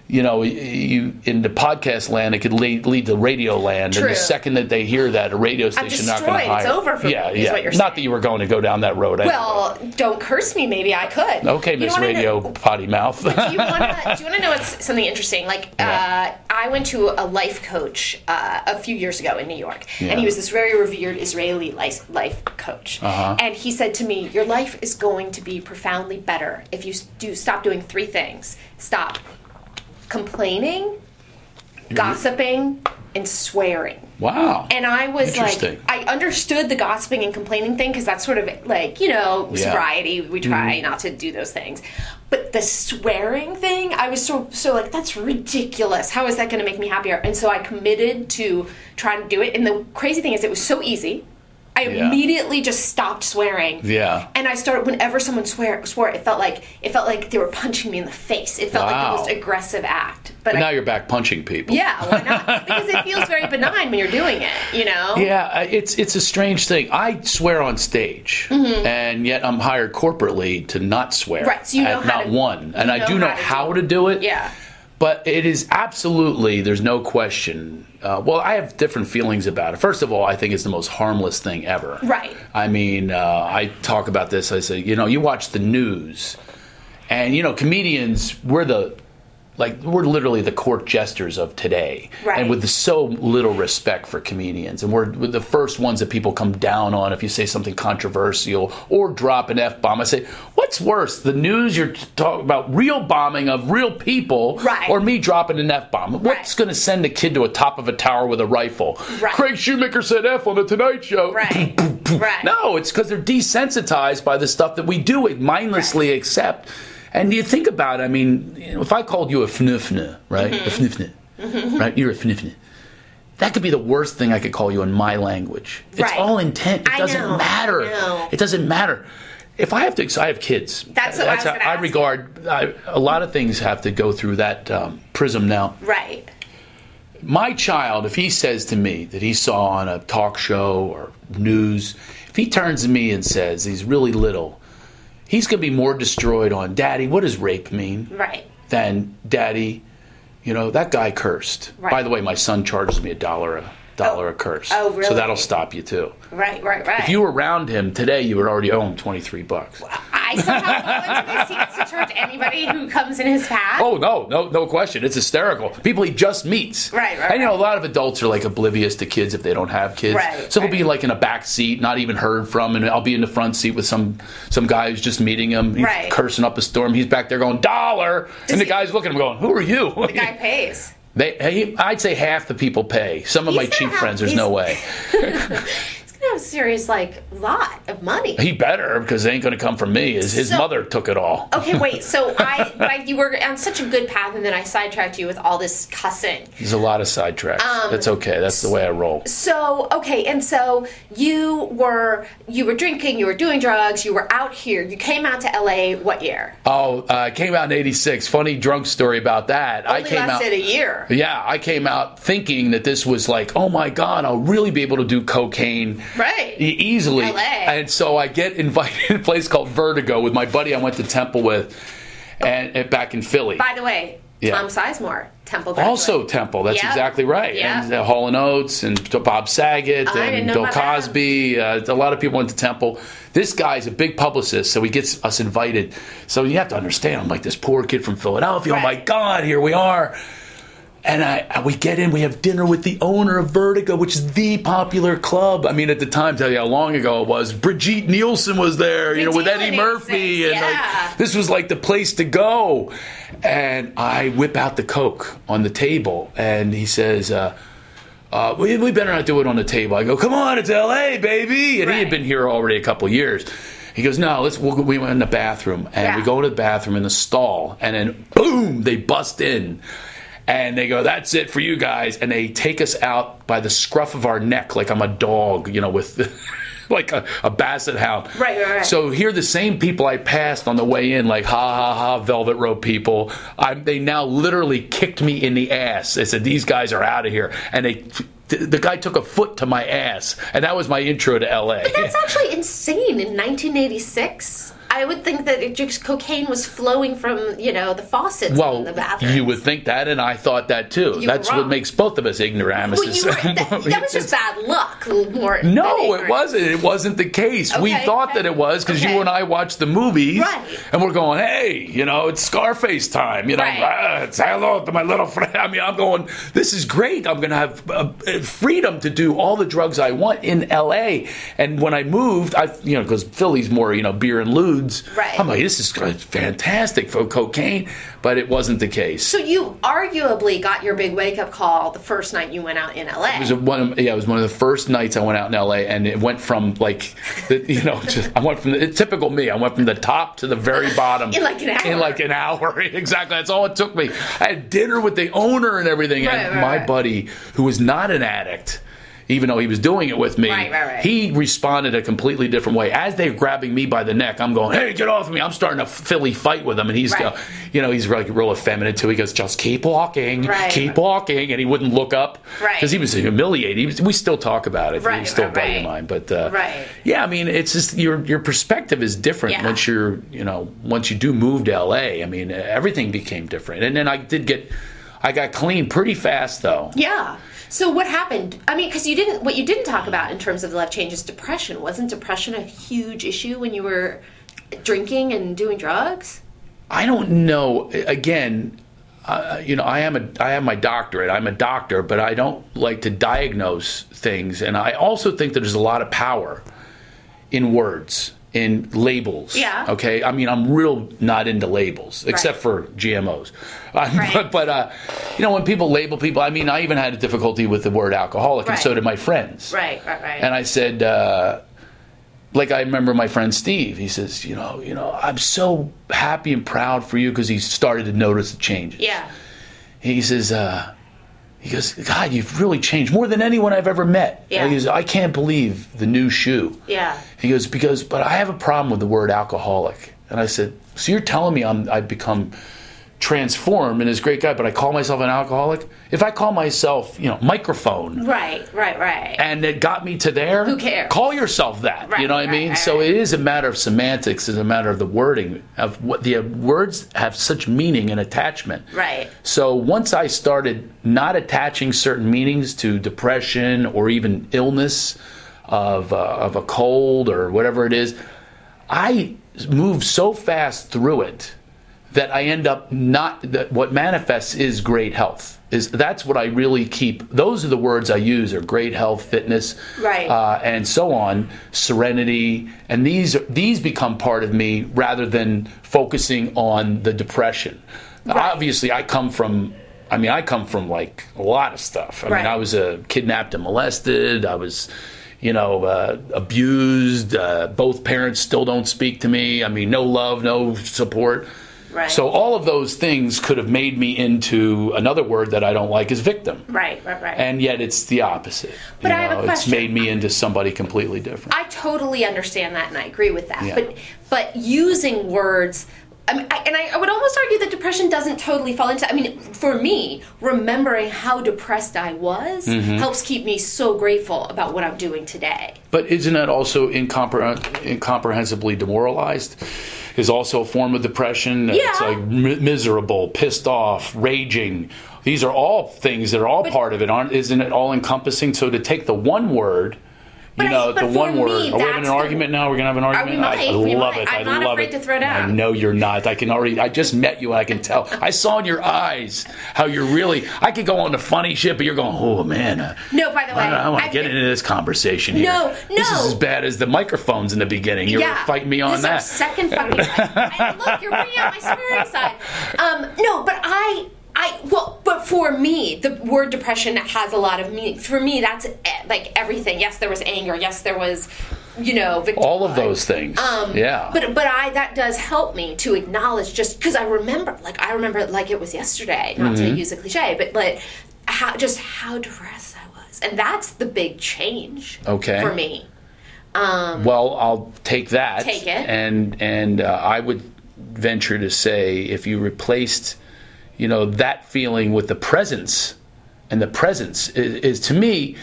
[SPEAKER 4] You know, y- you in the podcast land, it could lead, lead to radio land. And
[SPEAKER 3] True.
[SPEAKER 4] the second that they hear that, a radio station not going to
[SPEAKER 3] destroyed.
[SPEAKER 4] hire.
[SPEAKER 3] It's over for
[SPEAKER 4] yeah,
[SPEAKER 3] me, is
[SPEAKER 4] yeah.
[SPEAKER 3] what you're
[SPEAKER 4] not that
[SPEAKER 3] saying.
[SPEAKER 4] you were going to go down that road. anyway.
[SPEAKER 3] well, don't curse me. Maybe I could.
[SPEAKER 4] okay,
[SPEAKER 3] You
[SPEAKER 4] Miss
[SPEAKER 3] wanna know-
[SPEAKER 4] Radio Potty Mouth.
[SPEAKER 3] do you want to? Do you want to know what's something interesting? Like,
[SPEAKER 4] Yeah.
[SPEAKER 3] uh, I went to a life coach uh, a few years ago in New York,
[SPEAKER 4] Yeah.
[SPEAKER 3] and he was this very revered Israeli life, life coach.
[SPEAKER 4] Uh-huh.
[SPEAKER 3] And he said to me, "Your life is going to be profoundly better if you s- do stop doing three things: stop complaining, gossiping, and swearing."
[SPEAKER 4] Wow.
[SPEAKER 3] And I was like,
[SPEAKER 4] Interesting.
[SPEAKER 3] I understood the gossiping and complaining thing because that's sort of like, you know,
[SPEAKER 4] Yeah. Mm-hmm.
[SPEAKER 3] sobriety. We try not to do those things. But the swearing thing, I was so, so like, that's ridiculous. How is that going to make me happier? And so I committed to trying to do it. And the crazy thing is, it was so easy. I
[SPEAKER 4] Yeah.
[SPEAKER 3] immediately just stopped swearing.
[SPEAKER 4] Yeah.
[SPEAKER 3] And I started whenever someone swear swore, it felt like it felt like they were punching me in the face. It felt like
[SPEAKER 4] Wow.
[SPEAKER 3] the most aggressive act. But,
[SPEAKER 4] But
[SPEAKER 3] I-
[SPEAKER 4] now you're back punching people.
[SPEAKER 3] yeah, why not? because it feels very benign when you're doing it, you know?
[SPEAKER 4] Yeah, I- it's it's a strange thing. I swear on stage, and yet I'm hired corporately to not swear.
[SPEAKER 3] Mm-hmm. Right, so you know
[SPEAKER 4] And
[SPEAKER 3] how
[SPEAKER 4] not
[SPEAKER 3] to-
[SPEAKER 4] one, and
[SPEAKER 3] you
[SPEAKER 4] I do know how to do it.
[SPEAKER 3] Yeah.
[SPEAKER 4] But it is absolutely, there's no question. Uh, well, I have different feelings about it. First of all, I think it's the most harmless thing ever.
[SPEAKER 3] Right.
[SPEAKER 4] I mean, uh, I talk about this. I say, you know, you watch the news, and you know, comedians, we're the like we're literally the court jesters of today,
[SPEAKER 3] Right.
[SPEAKER 4] and with so little respect for comedians, and we're, we're the first ones that people come down on if you say something controversial or drop an f bomb. I say, what's worse, the news you're talking about real bombing of real people,
[SPEAKER 3] Right.
[SPEAKER 4] or me dropping an f bomb? What's
[SPEAKER 3] Right.
[SPEAKER 4] going to send a kid to a top of a tower with a rifle?
[SPEAKER 3] Right.
[SPEAKER 4] Craig Shoemaker said f on the Tonight Show.
[SPEAKER 3] Right. right.
[SPEAKER 4] No, it's because they're desensitized by the stuff that we do and mindlessly accept. And you think about it, I mean, you know, if I called you a fnufna, right? A
[SPEAKER 3] Mm-hmm.
[SPEAKER 4] fnufna, right? You're a fnufna. That could be the worst thing I could call you in my language. It's
[SPEAKER 3] Right.
[SPEAKER 4] all intent. It
[SPEAKER 3] I
[SPEAKER 4] doesn't
[SPEAKER 3] know, I
[SPEAKER 4] matter.
[SPEAKER 3] know.
[SPEAKER 4] It doesn't matter. If I have to, I have kids.
[SPEAKER 3] That's what I was
[SPEAKER 4] how
[SPEAKER 3] gonna
[SPEAKER 4] I
[SPEAKER 3] ask.
[SPEAKER 4] regard. I, a lot of things have to go through that um, prism now
[SPEAKER 3] Right.
[SPEAKER 4] my child, if he says to me that he saw on a talk show or news, if he turns to me and says he's really little, he's going to be more destroyed on daddy, what does rape mean?
[SPEAKER 3] Right.
[SPEAKER 4] Than daddy, you know, that guy cursed.
[SPEAKER 3] Right.
[SPEAKER 4] By the way, my son charges me a dollar a dollar
[SPEAKER 3] Oh.
[SPEAKER 4] a curse.
[SPEAKER 3] Oh,
[SPEAKER 4] So
[SPEAKER 3] really?
[SPEAKER 4] that'll stop you too.
[SPEAKER 3] Right. Right. Right.
[SPEAKER 4] If you were around him today, you would already owe him 23 bucks.
[SPEAKER 3] I somehow fall into this. He gets to charge anybody who comes in his path.
[SPEAKER 4] Oh no, no, no question. It's hysterical. People he just meets.
[SPEAKER 3] Right, right,
[SPEAKER 4] And you know,
[SPEAKER 3] right.
[SPEAKER 4] a lot of adults are like oblivious to kids if they don't have kids.
[SPEAKER 3] Right,
[SPEAKER 4] so he'll be
[SPEAKER 3] right.
[SPEAKER 4] like in a back seat, not even heard from, and I'll be in the front seat with some some guy who's just meeting him, he's
[SPEAKER 3] Right.
[SPEAKER 4] cursing up a storm. He's back there going dollar, and the
[SPEAKER 3] he-
[SPEAKER 4] guy's looking at him going, "Who are you?"
[SPEAKER 3] The guy pays.
[SPEAKER 4] they, hey, I'd say half the people pay. Some of
[SPEAKER 3] He's
[SPEAKER 4] my
[SPEAKER 3] gonna
[SPEAKER 4] cheap
[SPEAKER 3] have-
[SPEAKER 4] friends, there's no way.
[SPEAKER 3] He's gonna have a serious like lot of money.
[SPEAKER 4] He better because it ain't going to come from me. His, his
[SPEAKER 3] So-
[SPEAKER 4] mother took it all.
[SPEAKER 3] Okay, wait. So I, but I, you were on such a good path, and then I sidetracked you with all this cussing.
[SPEAKER 4] There's a lot of sidetracks.
[SPEAKER 3] Um,
[SPEAKER 4] That's okay. That's the way I roll.
[SPEAKER 3] So okay, and so you were you were drinking, you were doing drugs, you were out here. You came out to LA what year?
[SPEAKER 4] Oh, uh, came out in '86. Funny drunk story about that. I
[SPEAKER 3] Only
[SPEAKER 4] came out.
[SPEAKER 3] lasted a year.
[SPEAKER 4] Yeah, I came out thinking that this was like, oh my God, I'll really be able to do cocaine
[SPEAKER 3] Right.
[SPEAKER 4] e- easily.
[SPEAKER 3] LA.
[SPEAKER 4] And so I get invited to a place called Vertigo with my buddy I went to Temple with, and, and back in Philly.
[SPEAKER 3] By the way,
[SPEAKER 4] Yeah.
[SPEAKER 3] Tom Sizemore, Temple graduate.
[SPEAKER 4] Also Temple. That's
[SPEAKER 3] Yep.
[SPEAKER 4] exactly right.
[SPEAKER 3] Yep.
[SPEAKER 4] And uh, Hall and Oates and T- Bob Saget
[SPEAKER 3] I didn't
[SPEAKER 4] and
[SPEAKER 3] know
[SPEAKER 4] Bill
[SPEAKER 3] about that.
[SPEAKER 4] Cosby. Uh, a lot of people went to Temple. This guy's a big publicist, so he gets us invited. So you have to understand. I'm like this poor kid from Philadelphia. Oh my
[SPEAKER 3] Right.
[SPEAKER 4] God, here we are. And I, I- we get in, we have dinner with the owner of Vertigo, which is the popular club. I mean, at the time, tell you how long ago it was. Brigitte Nielsen was there, you know, with
[SPEAKER 3] Brigitte
[SPEAKER 4] Eddie
[SPEAKER 3] Nielsen,
[SPEAKER 4] Murphy, and
[SPEAKER 3] yeah.
[SPEAKER 4] like, this was like the place to go. And I whip out the coke on the table, and he says. Uh, uh, we, we better not do it on the table. I go, come on, it's L.A., baby. And he had
[SPEAKER 3] Right.
[SPEAKER 4] been here already a couple years. He goes, no, let's. We'll, we went in the bathroom, and
[SPEAKER 3] Yeah.
[SPEAKER 4] we go into the bathroom in the stall, and then boom, they bust in, and they go, that's it for you guys, and they take us out by the scruff of our neck, like I'm a dog, you know, with. Like a, a basset hound.
[SPEAKER 3] Right, right, right.
[SPEAKER 4] So here, the same people I passed on the way in, like ha ha ha, Velvet Rope people. I, they now literally kicked me in the ass. They said these guys are out of here, and they, th- the guy took a foot to my ass, and that was my intro to L.A.
[SPEAKER 3] That's actually insane. In 1986, I would think that it just cocaine was flowing from you know the faucets
[SPEAKER 4] Well,
[SPEAKER 3] in the bathroom.
[SPEAKER 4] you would think that, and I thought that too.
[SPEAKER 3] were
[SPEAKER 4] That's what
[SPEAKER 3] wrong.
[SPEAKER 4] makes both of us
[SPEAKER 3] Well, you
[SPEAKER 4] ignoramuses.
[SPEAKER 3] were, that, that was just bad luck. More than
[SPEAKER 4] No, it
[SPEAKER 3] ignorance.
[SPEAKER 4] wasn't. It wasn't the case. We
[SPEAKER 3] Okay,
[SPEAKER 4] thought
[SPEAKER 3] okay,
[SPEAKER 4] that it was because
[SPEAKER 3] okay.
[SPEAKER 4] you and I watched the movies,
[SPEAKER 3] Right.
[SPEAKER 4] and we're going, "Hey, you know, it's Scarface time." You know,
[SPEAKER 3] Right.
[SPEAKER 4] "Ah, it's hello to my little friend. I mean, I'm going, "This is great. I'm going to have uh, uh, freedom to do all the drugs I want in L.A." And when I moved, I, you know, because Philly's more, you know, beer and lewds.
[SPEAKER 3] Right.
[SPEAKER 4] I'm like, "This is good, fantastic for cocaine," but it wasn't the case.
[SPEAKER 3] So you arguably got your big wake up call the first night you went out in LA.
[SPEAKER 4] It was one of, yeah, it was one of the first nights I went out in LA, and it went from like, the, you know, just I went from the, it's typical me. I went from the top to the very bottom
[SPEAKER 3] In like an hour.
[SPEAKER 4] In like an hour, exactly. That's all it took me. I had dinner with the owner and everything,
[SPEAKER 3] Right,
[SPEAKER 4] and
[SPEAKER 3] right,
[SPEAKER 4] my
[SPEAKER 3] right.
[SPEAKER 4] buddy, who was not an addict. even though he was doing it with me,
[SPEAKER 3] Right, right, right.
[SPEAKER 4] he responded a completely different way. As they're grabbing me by the neck, I'm going, "Hey, get off me!" I'm starting a Philly fight with him, and he's,
[SPEAKER 3] Right.
[SPEAKER 4] go- you know, he's like real effeminate too. He goes, "Just keep walking,
[SPEAKER 3] Right.
[SPEAKER 4] keep walking," and he wouldn't look up
[SPEAKER 3] Right.
[SPEAKER 4] he was humiliated. He was, we still talk about it.
[SPEAKER 3] Right,
[SPEAKER 4] He's still
[SPEAKER 3] right,
[SPEAKER 4] blow your
[SPEAKER 3] right.
[SPEAKER 4] mind, but uh,
[SPEAKER 3] Right.
[SPEAKER 4] yeah, I mean, it's just your your perspective is different
[SPEAKER 3] Yeah.
[SPEAKER 4] once you're you know once you do move to LA. I mean, everything became different, and then I did get I got clean pretty fast though.
[SPEAKER 3] Yeah. So what happened? I mean, because you didn't. What you didn't talk about in terms of the life change is depression. Wasn't depression a huge issue when you were drinking and doing drugs?
[SPEAKER 4] I don't know. Again, uh, you know, I am a I have my doctorate. I'm a doctor, but I don't like to diagnose things, and I also think that there's a lot of power in words, in labels.
[SPEAKER 3] Yeah.
[SPEAKER 4] Okay. I mean, I'm real not into labels, except for GMOs. Um,
[SPEAKER 3] Right.
[SPEAKER 4] But, but, uh, you know, when people label people, I mean, I even had a difficulty with the word alcoholic, and so
[SPEAKER 3] Right.
[SPEAKER 4] did my friends.
[SPEAKER 3] Right. Right. Right.
[SPEAKER 4] And I said, uh, like I remember my friend Steve. He says, you know, you know, I'm so happy and proud for you because he started to notice the changes.
[SPEAKER 3] yeah.
[SPEAKER 4] He says, uh, he goes, God, you've really changed more than anyone I've ever met.
[SPEAKER 3] Yeah.
[SPEAKER 4] He goes, I can't believe the new shoe.
[SPEAKER 3] Yeah.
[SPEAKER 4] He goes, because, but I have a problem with the word alcoholic. And I said, so you're telling me I'm, I've become transformed and this great guy, but I call myself an alcoholic? If I call myself, you know, microphone,
[SPEAKER 3] Right. Right. Right.
[SPEAKER 4] and it got me to there. Who
[SPEAKER 3] cares?
[SPEAKER 4] Call yourself that. you
[SPEAKER 3] Right,
[SPEAKER 4] know what
[SPEAKER 3] right,
[SPEAKER 4] I mean?
[SPEAKER 3] right,
[SPEAKER 4] so
[SPEAKER 3] right.
[SPEAKER 4] it is a matter of semantics. It's a matter of the wording of what the uh, words have such meaning and attachment.
[SPEAKER 3] Right.
[SPEAKER 4] So once I started not attaching certain meanings to depression or even illness of uh, of a cold or whatever it is, I move so fast through it that I end up not that what manifests is great health. Is that's what I really keep. Those are the words I use: are great health, fitness,
[SPEAKER 3] Right.
[SPEAKER 4] uh, and so on, serenity, and these these become part of me rather than focusing on the depression. Obviously, I come from. I mean, I come from like a lot of stuff. I
[SPEAKER 3] Right.
[SPEAKER 4] mean, I was uh, kidnapped and molested. I was, you know, uh, abused. Uh, both parents still don't speak to me. I mean, no love, no support.
[SPEAKER 3] Right.
[SPEAKER 4] So all of those things could have made me into another word that I don't like is victim.
[SPEAKER 3] Right. Right. Right.
[SPEAKER 4] And yet it's the opposite.
[SPEAKER 3] But I have a
[SPEAKER 4] It's
[SPEAKER 3] question.
[SPEAKER 4] made me into somebody completely different.
[SPEAKER 3] I totally understand that and I agree with that.
[SPEAKER 4] Yeah.
[SPEAKER 3] But but using words I mean, I, and I, I would almost argue that depression doesn't totally fall into. I mean, for me, remembering how depressed I was
[SPEAKER 4] Mm-hmm.
[SPEAKER 3] helps keep me so grateful about what I'm doing today.
[SPEAKER 4] But isn't that also incompre- incomprehensibly demoralized? Is also a form of depression. It's
[SPEAKER 3] Yeah.
[SPEAKER 4] like mi- miserable, pissed off, raging. These are all things that are all part of it, aren't? Isn't it all encompassing? So to take the one word,
[SPEAKER 3] But I-
[SPEAKER 4] you know,
[SPEAKER 3] but
[SPEAKER 4] the
[SPEAKER 3] for
[SPEAKER 4] one
[SPEAKER 3] me,
[SPEAKER 4] word. Are we having
[SPEAKER 3] that's
[SPEAKER 4] an
[SPEAKER 3] the-
[SPEAKER 4] argument now? We're gonna have an argument. I, I
[SPEAKER 3] might, we
[SPEAKER 4] love
[SPEAKER 3] might.
[SPEAKER 4] it.
[SPEAKER 3] I'm
[SPEAKER 4] I
[SPEAKER 3] not
[SPEAKER 4] love
[SPEAKER 3] afraid
[SPEAKER 4] it.
[SPEAKER 3] to throw it
[SPEAKER 4] I
[SPEAKER 3] out.
[SPEAKER 4] know you're not. I can already. I just met you. and I can tell. I saw in your eyes how you're really. I could go on the funny shit, but you're going. Oh man. uh,
[SPEAKER 3] No, by the way,
[SPEAKER 4] I, want to
[SPEAKER 3] I've
[SPEAKER 4] get
[SPEAKER 3] been-
[SPEAKER 4] into this conversation here.
[SPEAKER 3] No,
[SPEAKER 4] This is
[SPEAKER 3] no.
[SPEAKER 4] as bad as the microphones in the beginning. You
[SPEAKER 3] yeah,
[SPEAKER 4] were fighting me on
[SPEAKER 3] this is
[SPEAKER 4] that.
[SPEAKER 3] Our second fucking. I, I, look, you're bringing out my swearing side. Um, no, but I, I well, but for me, the word depression has a lot of meaning. For me, that's eh, like everything. Yes, there was anger. Yes, there was, you know, victim-
[SPEAKER 4] All of those things. yeah.
[SPEAKER 3] Um, But but I that does help me to acknowledge just because I remember like I remember it like it was yesterday. Not
[SPEAKER 4] Mm-hmm.
[SPEAKER 3] to use a cliche, but like how just how depressed I was, and that's the big change.
[SPEAKER 4] Okay.
[SPEAKER 3] For me,
[SPEAKER 4] well, I'll take that.
[SPEAKER 3] Um, Take it.
[SPEAKER 4] And and uh, I would venture to say if you replaced, you know, that feeling with the presence, and the presence is, is to me,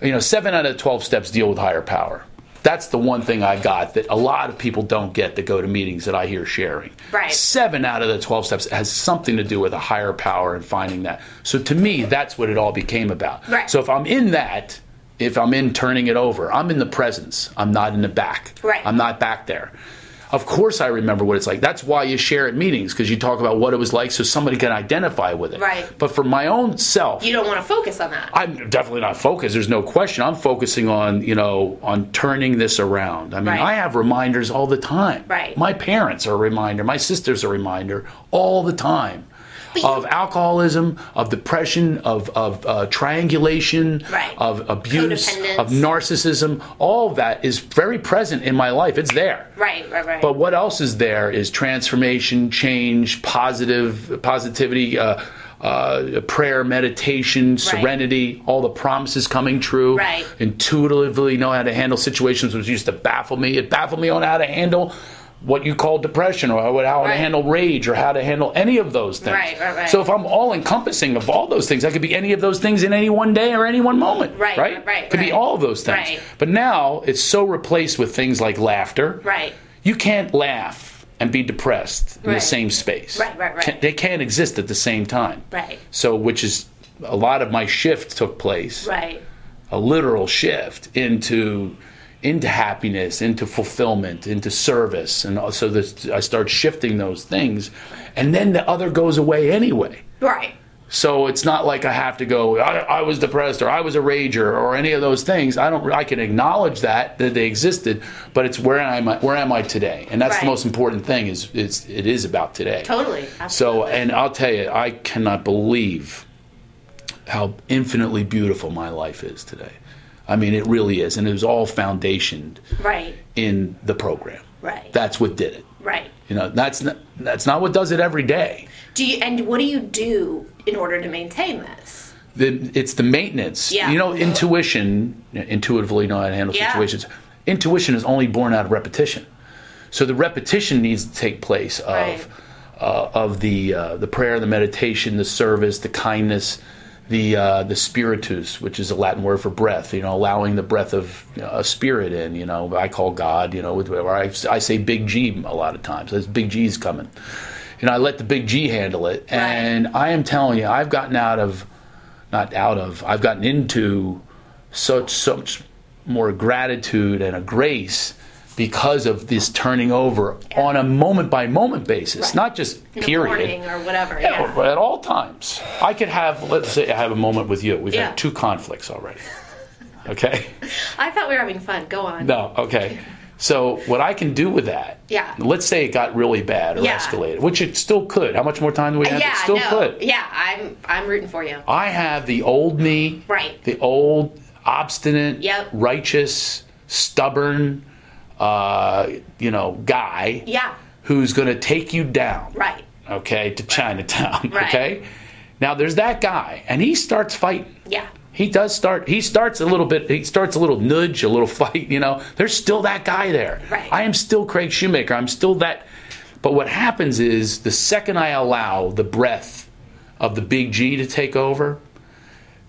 [SPEAKER 4] you know, seven out of twelve steps deal with higher power. That's the one thing I got that a lot of people don't get that go to meetings that I hear sharing.
[SPEAKER 3] Right.
[SPEAKER 4] Seven out of the 12 steps has something to do with a higher power and finding that. So to me, that's what it all became about.
[SPEAKER 3] Right.
[SPEAKER 4] So if I'm in that, if I'm in turning it over, I'm in the presence. I'm not in the back.
[SPEAKER 3] Right.
[SPEAKER 4] I'm not back there. Of course, I remember what it's like. That's why you share at meetings because you talk about what it was like so somebody can identify with it.
[SPEAKER 3] Right.
[SPEAKER 4] But for my own self,
[SPEAKER 3] you don't want to focus on that.
[SPEAKER 4] I'm definitely not focused. There's no question. I'm focusing on you know on turning this around. I mean,
[SPEAKER 3] Right.
[SPEAKER 4] I have reminders all the time.
[SPEAKER 3] Right.
[SPEAKER 4] My parents are a reminder. My sister's a reminder all the time.
[SPEAKER 3] But you-
[SPEAKER 4] Of alcoholism, of depression, of, of uh, triangulation,
[SPEAKER 3] Right.
[SPEAKER 4] of abuse,
[SPEAKER 3] Codependence.
[SPEAKER 4] of narcissism, all of that is very present in my life. It's there.
[SPEAKER 3] Right, right, right.
[SPEAKER 4] But what else is there is transformation, change, positive positivity, uh, uh, prayer, meditation, serenity, all the promises coming true.
[SPEAKER 3] Right.
[SPEAKER 4] Intuitively know how to handle situations which used to baffle me. It baffled me on how to handle what you call depression or how, how to
[SPEAKER 3] Right.
[SPEAKER 4] handle rage or how to handle any of those things.
[SPEAKER 3] Right, right, right.
[SPEAKER 4] So if I'm all encompassing of all those things, I could be any of those things in any one day or any one moment.
[SPEAKER 3] Right,
[SPEAKER 4] Right?
[SPEAKER 3] right,
[SPEAKER 4] Could be
[SPEAKER 3] right.
[SPEAKER 4] all of those things.
[SPEAKER 3] Right.
[SPEAKER 4] But now it's so replaced with things like laughter.
[SPEAKER 3] Right.
[SPEAKER 4] You can't laugh and be depressed in the
[SPEAKER 3] Right.
[SPEAKER 4] same space.
[SPEAKER 3] Right, right, right.
[SPEAKER 4] Can't- they can't exist at the same time.
[SPEAKER 3] Right.
[SPEAKER 4] So, which is a lot of my shift took place,
[SPEAKER 3] Right.
[SPEAKER 4] a literal shift into into happiness, into fulfillment, into service, and uh, so this, I start shifting those things, and then the other goes away anyway.
[SPEAKER 3] Right.
[SPEAKER 4] So it's not like I have to go. I, I was depressed, or I was a rager, or any of those things. I don't. I can acknowledge that that they existed, but it's where am I? Where am I today? And that's the
[SPEAKER 3] Right.
[SPEAKER 4] most important thing. Is it's it is about today.
[SPEAKER 3] Totally.
[SPEAKER 4] So,
[SPEAKER 3] Absolutely.
[SPEAKER 4] and I'll tell you, I cannot believe how infinitely beautiful my life is today. I mean, it really is, and it was all foundationed
[SPEAKER 3] Right.
[SPEAKER 4] in the program.
[SPEAKER 3] Right.
[SPEAKER 4] That's what did it.
[SPEAKER 3] Right.
[SPEAKER 4] You know, that's not, that's not what does it every day.
[SPEAKER 3] Do you and what do you do in order to maintain this?
[SPEAKER 4] the, it's the maintenance.
[SPEAKER 3] Yeah.
[SPEAKER 4] You know, intuition, intuitively know how to handle
[SPEAKER 3] Yeah.
[SPEAKER 4] situations. Intuition is only born out of repetition. So the repetition needs to take place of
[SPEAKER 3] Right.
[SPEAKER 4] uh, of the uh, the prayer, the meditation, the service, the kindness, the uh, the spiritus, which is a Latin word for breath. You know, allowing the breath of you know, a spirit in. You know, I call God. You know, with- or I, I say Big G a lot of times. That's Big G's coming. You know, I let the Big G handle it, and I am telling you, I've gotten out of not out of. I've gotten into such such more gratitude and a grace because of this turning over on a moment by moment basis, not just
[SPEAKER 3] In the
[SPEAKER 4] period.
[SPEAKER 3] morning or whatever.
[SPEAKER 4] Yeah,
[SPEAKER 3] Yeah.
[SPEAKER 4] or at all times. I could have, let's say, I have a moment with you. We've
[SPEAKER 3] Yeah.
[SPEAKER 4] had two conflicts already. Okay?
[SPEAKER 3] I thought we were having fun. Go on.
[SPEAKER 4] No, okay. So, what I can do with that,
[SPEAKER 3] Yeah.
[SPEAKER 4] let's say it got really bad or
[SPEAKER 3] Yeah.
[SPEAKER 4] escalated, which it still could. How much more time do we have?
[SPEAKER 3] Yeah,
[SPEAKER 4] it still
[SPEAKER 3] no.
[SPEAKER 4] could.
[SPEAKER 3] Yeah, I'm I'm rooting for you.
[SPEAKER 4] I have the old me,
[SPEAKER 3] Right.
[SPEAKER 4] The old obstinate,
[SPEAKER 3] Yep.
[SPEAKER 4] righteous, stubborn, uh, you know, guy.
[SPEAKER 3] Yeah.
[SPEAKER 4] Who's going to take you down?
[SPEAKER 3] Right.
[SPEAKER 4] Okay, to Chinatown.
[SPEAKER 3] Right.
[SPEAKER 4] Okay. Now there's that guy, and he starts fighting.
[SPEAKER 3] Yeah.
[SPEAKER 4] He does start. He starts a little bit. He starts a little nudge, a little fight. You know, there's still that guy there.
[SPEAKER 3] Right.
[SPEAKER 4] I am still Craig Shoemaker. I'm still that. But what happens is the second I allow the breath of the big G to take over,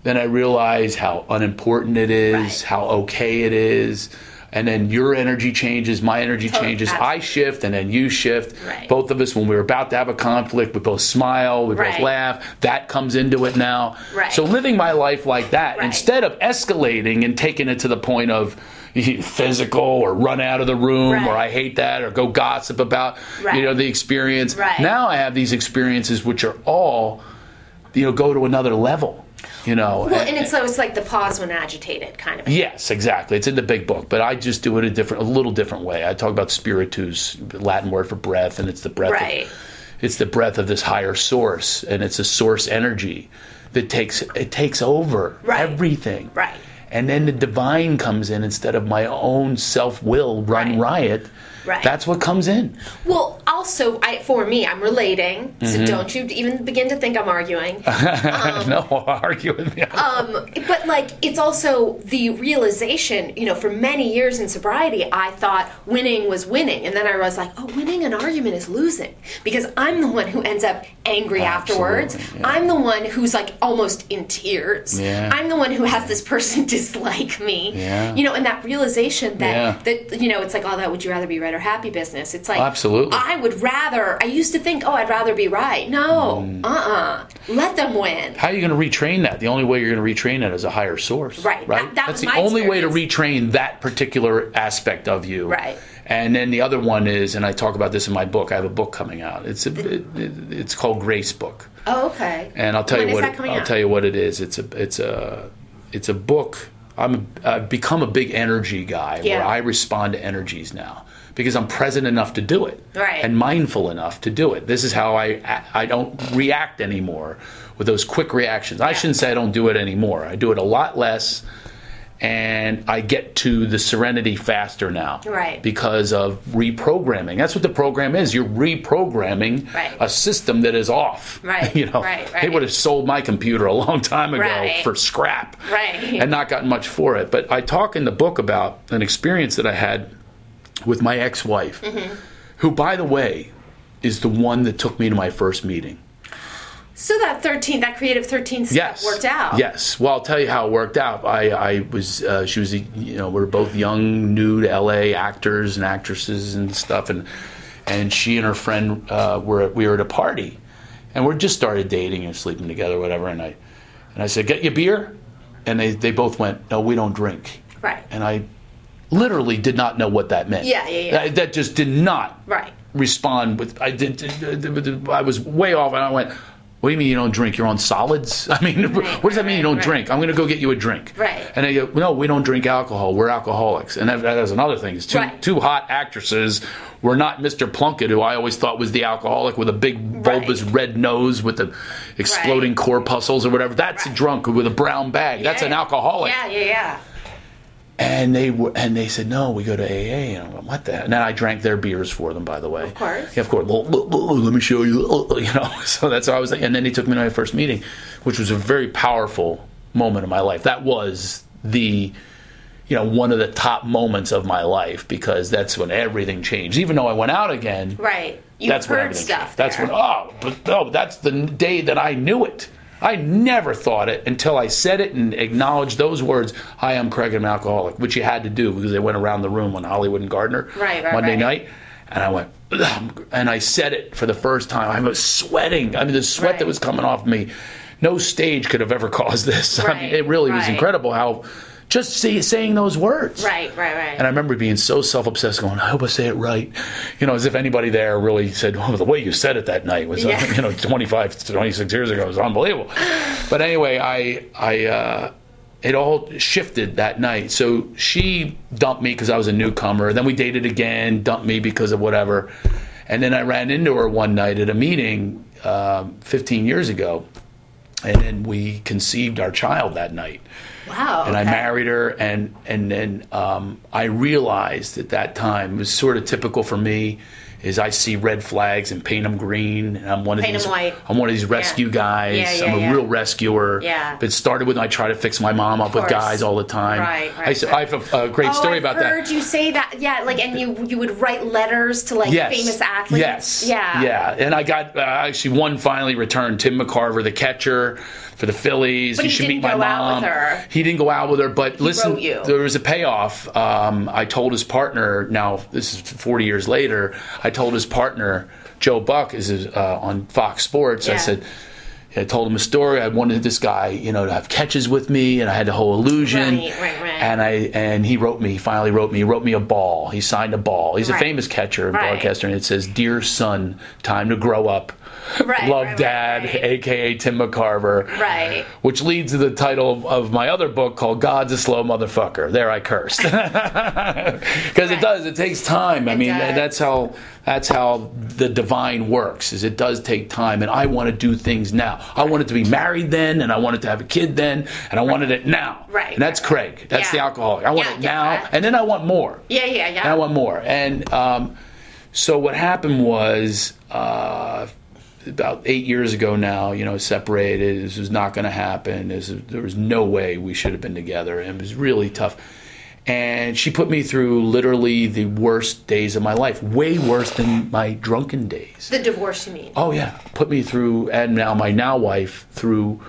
[SPEAKER 4] then I realize how unimportant it is,
[SPEAKER 3] Right.
[SPEAKER 4] how okay it is. And then your energy changes, my energy
[SPEAKER 3] Totally.
[SPEAKER 4] changes. I
[SPEAKER 3] Absolutely.
[SPEAKER 4] shift, and then you shift.
[SPEAKER 3] Right.
[SPEAKER 4] Both of us, when we were about to have a conflict, we both smile, we both
[SPEAKER 3] Right.
[SPEAKER 4] laugh. That comes into it now.
[SPEAKER 3] Right.
[SPEAKER 4] So living my life like that
[SPEAKER 3] Right.
[SPEAKER 4] instead of escalating and taking it to the point of physical or run out of the room or
[SPEAKER 3] Right.
[SPEAKER 4] I hate that or go gossip about you
[SPEAKER 3] Right.
[SPEAKER 4] know the experience.
[SPEAKER 3] Right.
[SPEAKER 4] Now I have these experiences which are all you know go to another level. You know.
[SPEAKER 3] Well, and it's so it's like the pause when agitated kind of.
[SPEAKER 4] Yes, exactly. It's in the big book, but I just do it a different, a little different way. I talk about spiritus, Latin word for breath, and it's the breath.
[SPEAKER 3] Right.
[SPEAKER 4] Of, it's the breath of this higher source, and it's a source energy that takes it takes over
[SPEAKER 3] Right.
[SPEAKER 4] everything.
[SPEAKER 3] Right.
[SPEAKER 4] And then the divine comes in instead of my own self will run
[SPEAKER 3] Right.
[SPEAKER 4] riot.
[SPEAKER 3] Right.
[SPEAKER 4] That's what comes in.
[SPEAKER 3] Well, also I, for me, I'm relating,
[SPEAKER 4] Mm-hmm.
[SPEAKER 3] so don't you even begin to think I'm arguing. Um,
[SPEAKER 4] no, argue with me.
[SPEAKER 3] but like it's also the realization you know for many years in sobriety i thought winning was winning and then i was like oh winning an argument is losing because i'm the one who ends up angry afterwards
[SPEAKER 4] Absolutely, yeah.
[SPEAKER 3] i'm the one who's like almost in tears
[SPEAKER 4] Yeah.
[SPEAKER 3] i'm the one who has this person dislike me
[SPEAKER 4] Yeah.
[SPEAKER 3] you know and that realization that
[SPEAKER 4] Yeah.
[SPEAKER 3] that you know it's like oh that would you rather be right or happy business it's like
[SPEAKER 4] Absolutely.
[SPEAKER 3] i would rather i used to think oh i'd rather be right no
[SPEAKER 4] Mm.
[SPEAKER 3] uh-uh let them win
[SPEAKER 4] How are you going to retrain that? The only way you're going to retrain it is a higher source.
[SPEAKER 3] Right.
[SPEAKER 4] Right.
[SPEAKER 3] That- that
[SPEAKER 4] That's
[SPEAKER 3] was
[SPEAKER 4] the
[SPEAKER 3] my
[SPEAKER 4] only way
[SPEAKER 3] experience.
[SPEAKER 4] to retrain that particular aspect of you.
[SPEAKER 3] Right.
[SPEAKER 4] And then the other one is, and I talk about this in my book. I have a book coming out. It's a, it, it- it's called Grace Book,
[SPEAKER 3] oh okay
[SPEAKER 4] and I'll tell
[SPEAKER 3] When
[SPEAKER 4] you
[SPEAKER 3] is
[SPEAKER 4] what.
[SPEAKER 3] that coming
[SPEAKER 4] I'll
[SPEAKER 3] out?
[SPEAKER 4] tell you what it is. It's a it's a it's a book. I'm I've become a big energy guy where
[SPEAKER 3] Yeah.
[SPEAKER 4] I respond to energies now because I'm present enough to do it
[SPEAKER 3] Right.
[SPEAKER 4] and mindful enough to do it. This is how I I don't react anymore with those quick reactions. I shouldn't say I don't do it anymore. I do it a lot less and I get to the serenity faster now.
[SPEAKER 3] Right.
[SPEAKER 4] Because of reprogramming. That's what the program is. You're reprogramming
[SPEAKER 3] Right.
[SPEAKER 4] a system that is off.
[SPEAKER 3] Right,
[SPEAKER 4] you know,
[SPEAKER 3] right,
[SPEAKER 4] they
[SPEAKER 3] right.
[SPEAKER 4] would have sold my computer a long time ago
[SPEAKER 3] Right.
[SPEAKER 4] for scrap
[SPEAKER 3] Right.
[SPEAKER 4] and not gotten much for it. But I talk in the book about an experience that I had with my ex wife,
[SPEAKER 3] Mm-hmm.
[SPEAKER 4] who, by the way, is the one that took me to my first meeting.
[SPEAKER 3] So that 13, that creative 13 step
[SPEAKER 4] Yes,
[SPEAKER 3] worked out.
[SPEAKER 4] Yes. Well, I'll tell you how it worked out. I, I was, uh, she was, you know, we are both young, new to LA actors and actresses and stuff, and and she and her friend uh, were at- we were at a party, and we just started dating and sleeping together, whatever. And I and I said, "Get you a beer," and they they both went, "No, we don't drink."
[SPEAKER 3] Right.
[SPEAKER 4] And I literally did not know what that meant.
[SPEAKER 3] Yeah, yeah, yeah.
[SPEAKER 4] That, that just did not
[SPEAKER 3] Right.
[SPEAKER 4] respond with I did I was way off and I went what do you mean you don't drink? You're on solids? I mean, what does that mean you don't
[SPEAKER 3] right,
[SPEAKER 4] drink? I'm going to go get you a drink.
[SPEAKER 3] Right.
[SPEAKER 4] And they go, no, we don't drink alcohol. We're alcoholics. And that, that is another thing. It's two,
[SPEAKER 3] Right.
[SPEAKER 4] two hot actresses. We're not Mr. Plunkett, who I always thought was the alcoholic with a big bulbous
[SPEAKER 3] Right.
[SPEAKER 4] red nose with the exploding corpuscles or whatever. That's a
[SPEAKER 3] Right.
[SPEAKER 4] drunk with a brown bag. That's an
[SPEAKER 3] Yeah.
[SPEAKER 4] alcoholic.
[SPEAKER 3] Yeah, yeah, yeah.
[SPEAKER 4] And they were, and they said, no, we go to AA. And I went, what the? And then I drank their beers for them, by the way. Of
[SPEAKER 3] course.
[SPEAKER 4] Yeah, of course. Well, well, well, let me show you. Well, You know, so that's what I was like. And then he took me to my first meeting, which was a very powerful moment in my life. That was the, you know, one of the top moments of my life because that's when everything changed. Even though I went out again,
[SPEAKER 3] Right. You
[SPEAKER 4] that's when
[SPEAKER 3] heard
[SPEAKER 4] everything
[SPEAKER 3] stuff.
[SPEAKER 4] changed. That's
[SPEAKER 3] there.
[SPEAKER 4] when, oh, but no, that's the day that I knew it. I never thought it until I said it and acknowledged those words. Hi, I'm Craig, I'm an alcoholic, which you had to do because they went around the room on Hollywood and Gardner
[SPEAKER 3] Right, right,
[SPEAKER 4] Monday
[SPEAKER 3] right.
[SPEAKER 4] night. And I went, "Ugh," and I said it for the first time. I was sweating. I mean, the sweat
[SPEAKER 3] Right.
[SPEAKER 4] that was coming off me. No stage could have ever caused this. I mean,
[SPEAKER 3] Right,
[SPEAKER 4] it really was
[SPEAKER 3] right.
[SPEAKER 4] incredible how just see, saying those words.
[SPEAKER 3] Right, right, right.
[SPEAKER 4] And I remember being so self obsessed, going, I hope I say it right. You know, as if anybody there really said, well, the way you said it that night was, uh,
[SPEAKER 3] Yeah.
[SPEAKER 4] you know, 25, 26 years ago was unbelievable. But anyway, I, I, uh, it all shifted that night. So she dumped me because I was a newcomer. Then we dated again, dumped me because of whatever. And then I ran into her one night at a meeting um, 15 years ago. And then we conceived our child that night
[SPEAKER 3] wow.
[SPEAKER 4] and I
[SPEAKER 3] Oh, okay.
[SPEAKER 4] married her, and and then um, I realized at that time it was sort of typical for me, is I see red flags and paint them green, and I'm one of
[SPEAKER 3] Paint 'em
[SPEAKER 4] these
[SPEAKER 3] white.
[SPEAKER 4] I'm one of these rescue guys.
[SPEAKER 3] Yeah, yeah,
[SPEAKER 4] I'm a
[SPEAKER 3] yeah.
[SPEAKER 4] real rescuer.
[SPEAKER 3] Yeah.
[SPEAKER 4] but it started with I try to fix my mom up with
[SPEAKER 3] course.
[SPEAKER 4] guys all the time.
[SPEAKER 3] Right, right,
[SPEAKER 4] I, s- I have a, a great
[SPEAKER 3] Oh,
[SPEAKER 4] story
[SPEAKER 3] I've
[SPEAKER 4] about
[SPEAKER 3] heard
[SPEAKER 4] that.
[SPEAKER 3] you say that. Yeah, like, and you you would write letters to like
[SPEAKER 4] Yes.
[SPEAKER 3] famous athletes.
[SPEAKER 4] Yes.
[SPEAKER 3] Yeah.
[SPEAKER 4] Yeah. And I got uh, actually one finally returned Tim McCarver, the catcher for the Phillies.
[SPEAKER 3] But
[SPEAKER 4] you
[SPEAKER 3] he
[SPEAKER 4] should
[SPEAKER 3] didn't
[SPEAKER 4] meet my
[SPEAKER 3] go
[SPEAKER 4] mom.
[SPEAKER 3] out with her.
[SPEAKER 4] He didn't go out with her, but listen,
[SPEAKER 3] wrote you.
[SPEAKER 4] there was a payoff. Um, I told his partner. Now this is 40 years later. I told his partner Joe Buck is uh, on Fox Sports. I
[SPEAKER 3] Yeah.
[SPEAKER 4] said. I told him a story. I wanted this guy, you know, to have catches with me, and I had the whole illusion.
[SPEAKER 3] Right, right, right.
[SPEAKER 4] And I and he wrote me. He finally wrote me. He wrote me a ball. He signed a ball. He's a
[SPEAKER 3] Right.
[SPEAKER 4] famous catcher and
[SPEAKER 3] Right.
[SPEAKER 4] broadcaster, and it says, "Dear son, time to grow up.
[SPEAKER 3] Right,
[SPEAKER 4] Love
[SPEAKER 3] right, right,
[SPEAKER 4] Dad,
[SPEAKER 3] right.
[SPEAKER 4] aka Tim McCarver."
[SPEAKER 3] Right.
[SPEAKER 4] Which leads to the title of, of my other book called "God's a Slow Motherfucker." There, I cursed because it
[SPEAKER 3] Right.
[SPEAKER 4] does. It takes time. I mean,
[SPEAKER 3] does.
[SPEAKER 4] that's how that's how the divine works. Is it does take time, and I want to do things now. I wanted to be married then, and I wanted to have a kid then, and I wanted it now.
[SPEAKER 3] Right.
[SPEAKER 4] And that's Craig. That's
[SPEAKER 3] Yeah.
[SPEAKER 4] the alcoholic. I want
[SPEAKER 3] Yeah,
[SPEAKER 4] it
[SPEAKER 3] yeah.
[SPEAKER 4] now, and then I want more.
[SPEAKER 3] Yeah, yeah, yeah.
[SPEAKER 4] And I want more. And um, so what happened was uh, about eight years ago now, you know, separated. This was not going to happen. This, there was no way we should have been together. And it was really tough. And she put me through literally the worst days of my life, way worse than my drunken days.
[SPEAKER 3] The divorce, you mean?
[SPEAKER 4] Oh yeah, put me through, and now my now wife through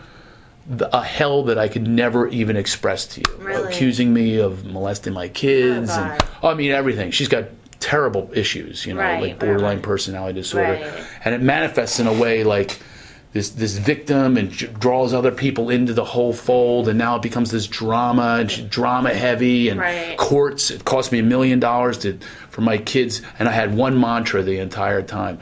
[SPEAKER 4] the, a hell that I could never even express to you.
[SPEAKER 3] Really?
[SPEAKER 4] Accusing me of molesting my kids,
[SPEAKER 3] Oh,
[SPEAKER 4] and
[SPEAKER 3] God.
[SPEAKER 4] oh, I mean everything. She's got terrible issues, you know,
[SPEAKER 3] Right,
[SPEAKER 4] like borderline
[SPEAKER 3] right, right.
[SPEAKER 4] personality disorder,
[SPEAKER 3] Right.
[SPEAKER 4] and it manifests in a way like. This, this victim and j- draws other people into the whole fold, and now it becomes this drama, and she- drama heavy, and
[SPEAKER 3] Right.
[SPEAKER 4] courts. It cost me a million dollars to for my kids, and I had one mantra the entire time: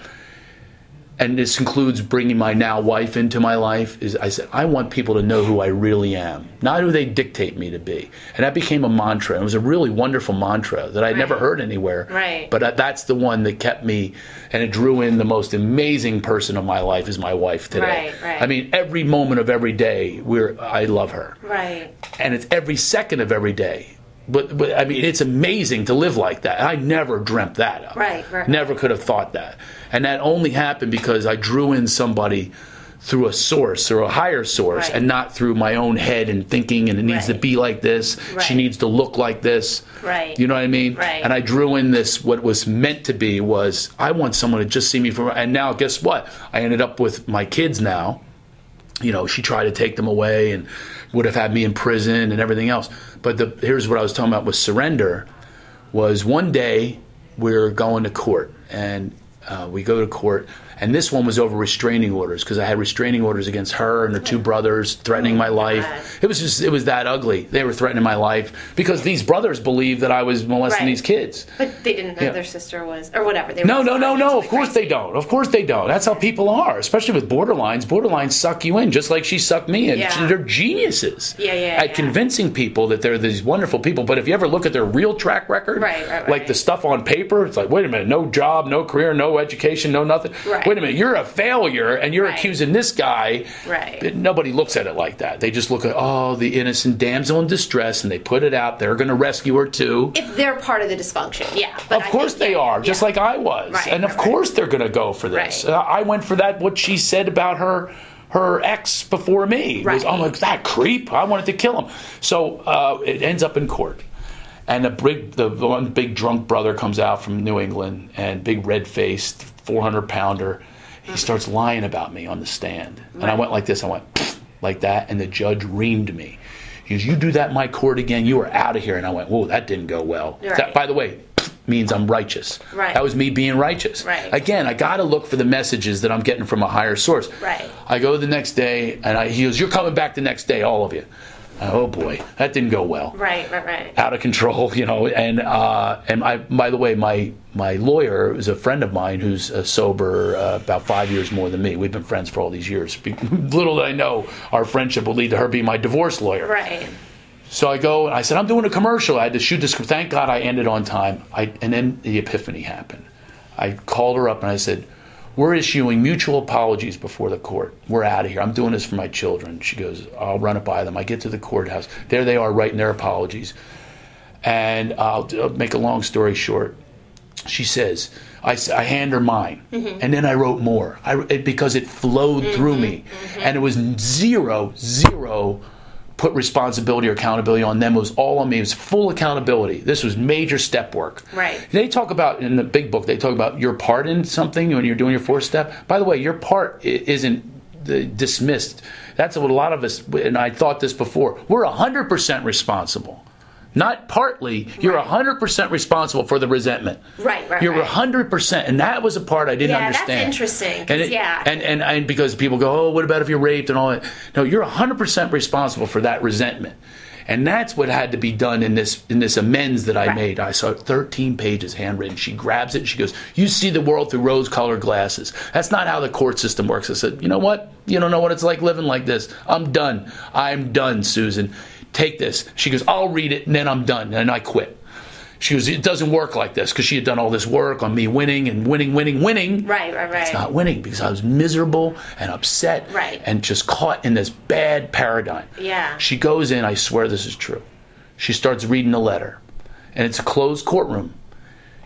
[SPEAKER 4] and this includes bringing my now wife into my life is i said i want people to know who i really am not who they dictate me to be and that became a mantra it was a really wonderful mantra that i'd never heard anywhere
[SPEAKER 3] Right.
[SPEAKER 4] but uh, that's the one that kept me and it drew in the most amazing person of my life is my wife today
[SPEAKER 3] Right, right.
[SPEAKER 4] i mean every moment of every day we're i love her
[SPEAKER 3] Right.
[SPEAKER 4] and it's every second of every day. But, but I mean, it's amazing to live like that. I never dreamt that up.
[SPEAKER 3] Right, right.
[SPEAKER 4] Never could have thought that. And that only happened because I drew in somebody through a source or a higher source
[SPEAKER 3] Right.
[SPEAKER 4] and not through my own head and thinking and it needs
[SPEAKER 3] Right.
[SPEAKER 4] to be like this. She
[SPEAKER 3] Right.
[SPEAKER 4] needs to look like this.
[SPEAKER 3] Right.
[SPEAKER 4] You know what I mean?
[SPEAKER 3] Right.
[SPEAKER 4] And I drew in this, what was meant to be was I want someone to just see me for, and now guess what? I ended up with my kids now you know, she tried to take them away and would have had me in prison and everything else. But the, here's what I was talking about with surrender was one day we're going to court and uh, we go to court and this one was over restraining orders because I had restraining orders against her and her two brothers threatening my life. It was just it was that ugly. They were threatening my life because these brothers believed that I was molesting
[SPEAKER 3] Right.
[SPEAKER 4] these kids.
[SPEAKER 3] But they didn't know
[SPEAKER 4] Yeah.
[SPEAKER 3] their sister was, or whatever. They
[SPEAKER 4] No,
[SPEAKER 3] were
[SPEAKER 4] no, no, no. Of course
[SPEAKER 3] they.
[SPEAKER 4] they don't. Of course they don't. That's how people are, especially with borderlines. Borderlines suck you in, just like she sucked me in.
[SPEAKER 3] Yeah.
[SPEAKER 4] They're geniuses
[SPEAKER 3] Yeah, yeah,
[SPEAKER 4] at
[SPEAKER 3] yeah.
[SPEAKER 4] convincing people that they're these wonderful people. But if you ever look at their real track record,
[SPEAKER 3] Right, right,
[SPEAKER 4] like
[SPEAKER 3] right.
[SPEAKER 4] the stuff on paper, it's like, wait a minute, no job, no career, no education, no nothing.
[SPEAKER 3] Right.
[SPEAKER 4] Wait a minute, you're a failure, and you're
[SPEAKER 3] Right.
[SPEAKER 4] accusing this guy.
[SPEAKER 3] Right.
[SPEAKER 4] But Nobody looks at it like that. They just look at oh, the innocent damsel in distress, and they put it out. They're going to rescue her too.
[SPEAKER 3] If they're part of the dysfunction, yeah. But
[SPEAKER 4] Of
[SPEAKER 3] I
[SPEAKER 4] course
[SPEAKER 3] think-
[SPEAKER 4] they
[SPEAKER 3] yeah,
[SPEAKER 4] are, just
[SPEAKER 3] yeah.
[SPEAKER 4] like I was,
[SPEAKER 3] Right,
[SPEAKER 4] and of
[SPEAKER 3] right, right.
[SPEAKER 4] course they're going to go for this.
[SPEAKER 3] Right.
[SPEAKER 4] Uh, I went for that. What she said about her her ex before me was,
[SPEAKER 3] Right.
[SPEAKER 4] "Oh my, that creep! I wanted to kill him." So uh, it ends up in court, and the big the one big drunk brother comes out from New England, and big red faced four hundred pounder, he starts lying about me on the stand, and I went like this. I went like that, and the judge reamed me. He goes, "You do that in my court again, you are out of here." And I went, "Whoa, that didn't go well."
[SPEAKER 3] Right.
[SPEAKER 4] That, by the way, means I'm righteous.
[SPEAKER 3] Right.
[SPEAKER 4] That was me being righteous.
[SPEAKER 3] Right.
[SPEAKER 4] Again, I got to look for the messages that I'm getting from a higher source.
[SPEAKER 3] Right.
[SPEAKER 4] I go the next day, and I, he goes, "You're coming back the next day, all of you." Oh boy, that didn't go well
[SPEAKER 3] Right, right, right.
[SPEAKER 4] out of control, you know. And uh, and I, by the way, my my lawyer is a friend of mine who's uh, sober uh, about five years more than me. We've been friends for all these years. Be- Little did I know our friendship would lead to her being my divorce lawyer.
[SPEAKER 3] Right.
[SPEAKER 4] So I go and I said, I'm doing a commercial. I had to shoot this. Thank God I ended on time. I, and then the epiphany happened. I called her up and I said, We're issuing mutual apologies before the court. We're out of here. I'm doing this for my children. She goes, I'll run it by them. I get to the courthouse. There they are writing their apologies. And I'll, I'll make a long story short. She says, I, s- I hand her mine. And then I wrote more I, it, because it flowed through me. And it was zero, zero put responsibility or accountability on them. It was all on me. It was full accountability. This was major step work.
[SPEAKER 3] Right.
[SPEAKER 4] They talk about, in the big book, they talk about your part in something when you're doing your fourth step. By the way, your part i- isn't the- dismissed. That's what a lot of us, and I thought this before, we're 100% responsible. Not partly, you're 100% responsible for the resentment.
[SPEAKER 3] Right, right,
[SPEAKER 4] You're
[SPEAKER 3] right.
[SPEAKER 4] 100%. And that was a part I didn't
[SPEAKER 3] Yeah, that's
[SPEAKER 4] understand.
[SPEAKER 3] interesting, 'cause
[SPEAKER 4] And it-
[SPEAKER 3] yeah.
[SPEAKER 4] And, and, and because people go, oh, what about if you're raped and all that? No, you're 100% responsible for that resentment. And that's what had to be done in this in this amends that I
[SPEAKER 3] Right.
[SPEAKER 4] made. I saw 13 pages handwritten. She grabs it. And she goes, "You see the world through rose-colored glasses. That's not how the court system works." I said, "You know what? You don't know what it's like living like this. I'm done. I'm done, Susan. Take this." She goes, "I'll read it and then I'm done." And I quit. She goes, "It doesn't work like this because she had done all this work on me winning and winning, winning, winning."
[SPEAKER 3] Right, right, right.
[SPEAKER 4] It's not winning because I was miserable and upset
[SPEAKER 3] Right.
[SPEAKER 4] and just caught in this bad paradigm.
[SPEAKER 3] Yeah.
[SPEAKER 4] She goes in, I swear this is true. She starts reading the letter, and it's a closed courtroom.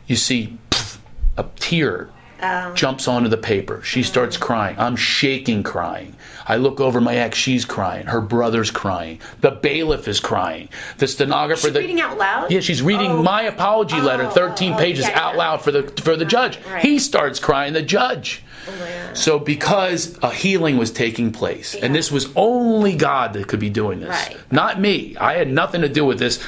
[SPEAKER 4] You see pff, a tear
[SPEAKER 3] Oh.
[SPEAKER 4] jumps onto the paper.
[SPEAKER 3] Mm.
[SPEAKER 4] She starts crying. I'm shaking, crying. I look over my ex, she's crying. Her brother's crying. The bailiff is crying. The stenographer.
[SPEAKER 3] She's
[SPEAKER 4] the-
[SPEAKER 3] reading out loud?
[SPEAKER 4] Yeah, she's reading my apology letter, 13
[SPEAKER 3] oh,
[SPEAKER 4] pages
[SPEAKER 3] yeah,
[SPEAKER 4] out
[SPEAKER 3] yeah.
[SPEAKER 4] loud for the for the judge.
[SPEAKER 3] right.
[SPEAKER 4] He starts crying. The judge.
[SPEAKER 3] Oh,
[SPEAKER 4] So because a healing was taking place, and this was only God that could be doing this,
[SPEAKER 3] Right.
[SPEAKER 4] not me. I had nothing to do with this.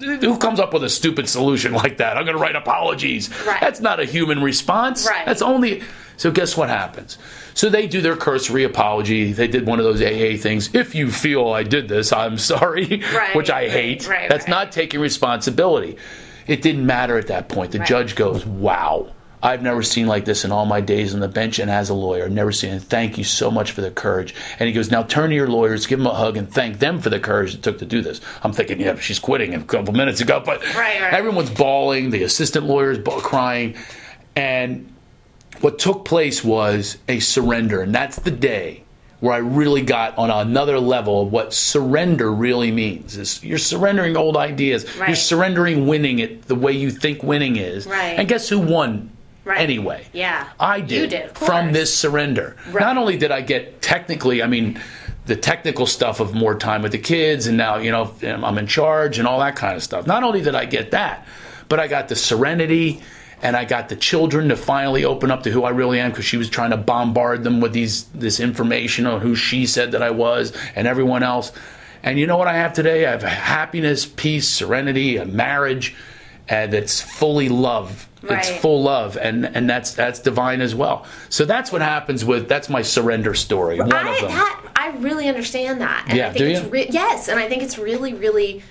[SPEAKER 4] Who comes up with a stupid solution like that? I'm going to write apologies.
[SPEAKER 3] Right.
[SPEAKER 4] That's not a human response.
[SPEAKER 3] Right.
[SPEAKER 4] That's only. So guess what happens? So they do their cursory apology. They did one of those AA things. If you feel I did this, I'm sorry,
[SPEAKER 3] Right,
[SPEAKER 4] which I
[SPEAKER 3] right,
[SPEAKER 4] hate.
[SPEAKER 3] right,
[SPEAKER 4] That's
[SPEAKER 3] right.
[SPEAKER 4] not taking responsibility. It didn't matter at that point. The judge goes, "Wow, I've never seen like this in all my days on the bench and as a lawyer. I've never seen it. Thank you so much for the courage. And he goes, Now turn to your lawyers, give them a hug, and thank them for the courage it took to do this. I'm thinking, Yeah, she's quitting a couple minutes ago. But
[SPEAKER 3] Right, right.
[SPEAKER 4] everyone's bawling, the assistant lawyer's ba- crying. And what took place was a surrender. And that's the day where I really got on another level of what surrender really means. Is you're surrendering old ideas. You're
[SPEAKER 3] Right.
[SPEAKER 4] surrendering winning it the way you think winning is.
[SPEAKER 3] Right.
[SPEAKER 4] And guess who won
[SPEAKER 3] Right.
[SPEAKER 4] anyway?
[SPEAKER 3] Yeah.
[SPEAKER 4] I
[SPEAKER 3] You
[SPEAKER 4] did.
[SPEAKER 3] did, of
[SPEAKER 4] from
[SPEAKER 3] course.
[SPEAKER 4] this surrender. Not only did I get technically, I mean, the technical stuff of more time with the kids and now, you know, I'm in charge and all that kind of stuff. Not only did I get that, but I got the serenity and I got the children to finally open up to who I really am because she was trying to bombard them with these this information on who she said that I was and everyone else. And you know what I have today? I have happiness, peace, serenity, a marriage and that's fully love. It's
[SPEAKER 3] Right.
[SPEAKER 4] full full love and and that's that's divine as well so that's what happens with that's my surrender story one
[SPEAKER 3] I,
[SPEAKER 4] of them
[SPEAKER 3] That, I really understand that. And
[SPEAKER 4] Yeah,
[SPEAKER 3] I think
[SPEAKER 4] do
[SPEAKER 3] it's
[SPEAKER 4] you?
[SPEAKER 3] Re- yes, and I think it's really, really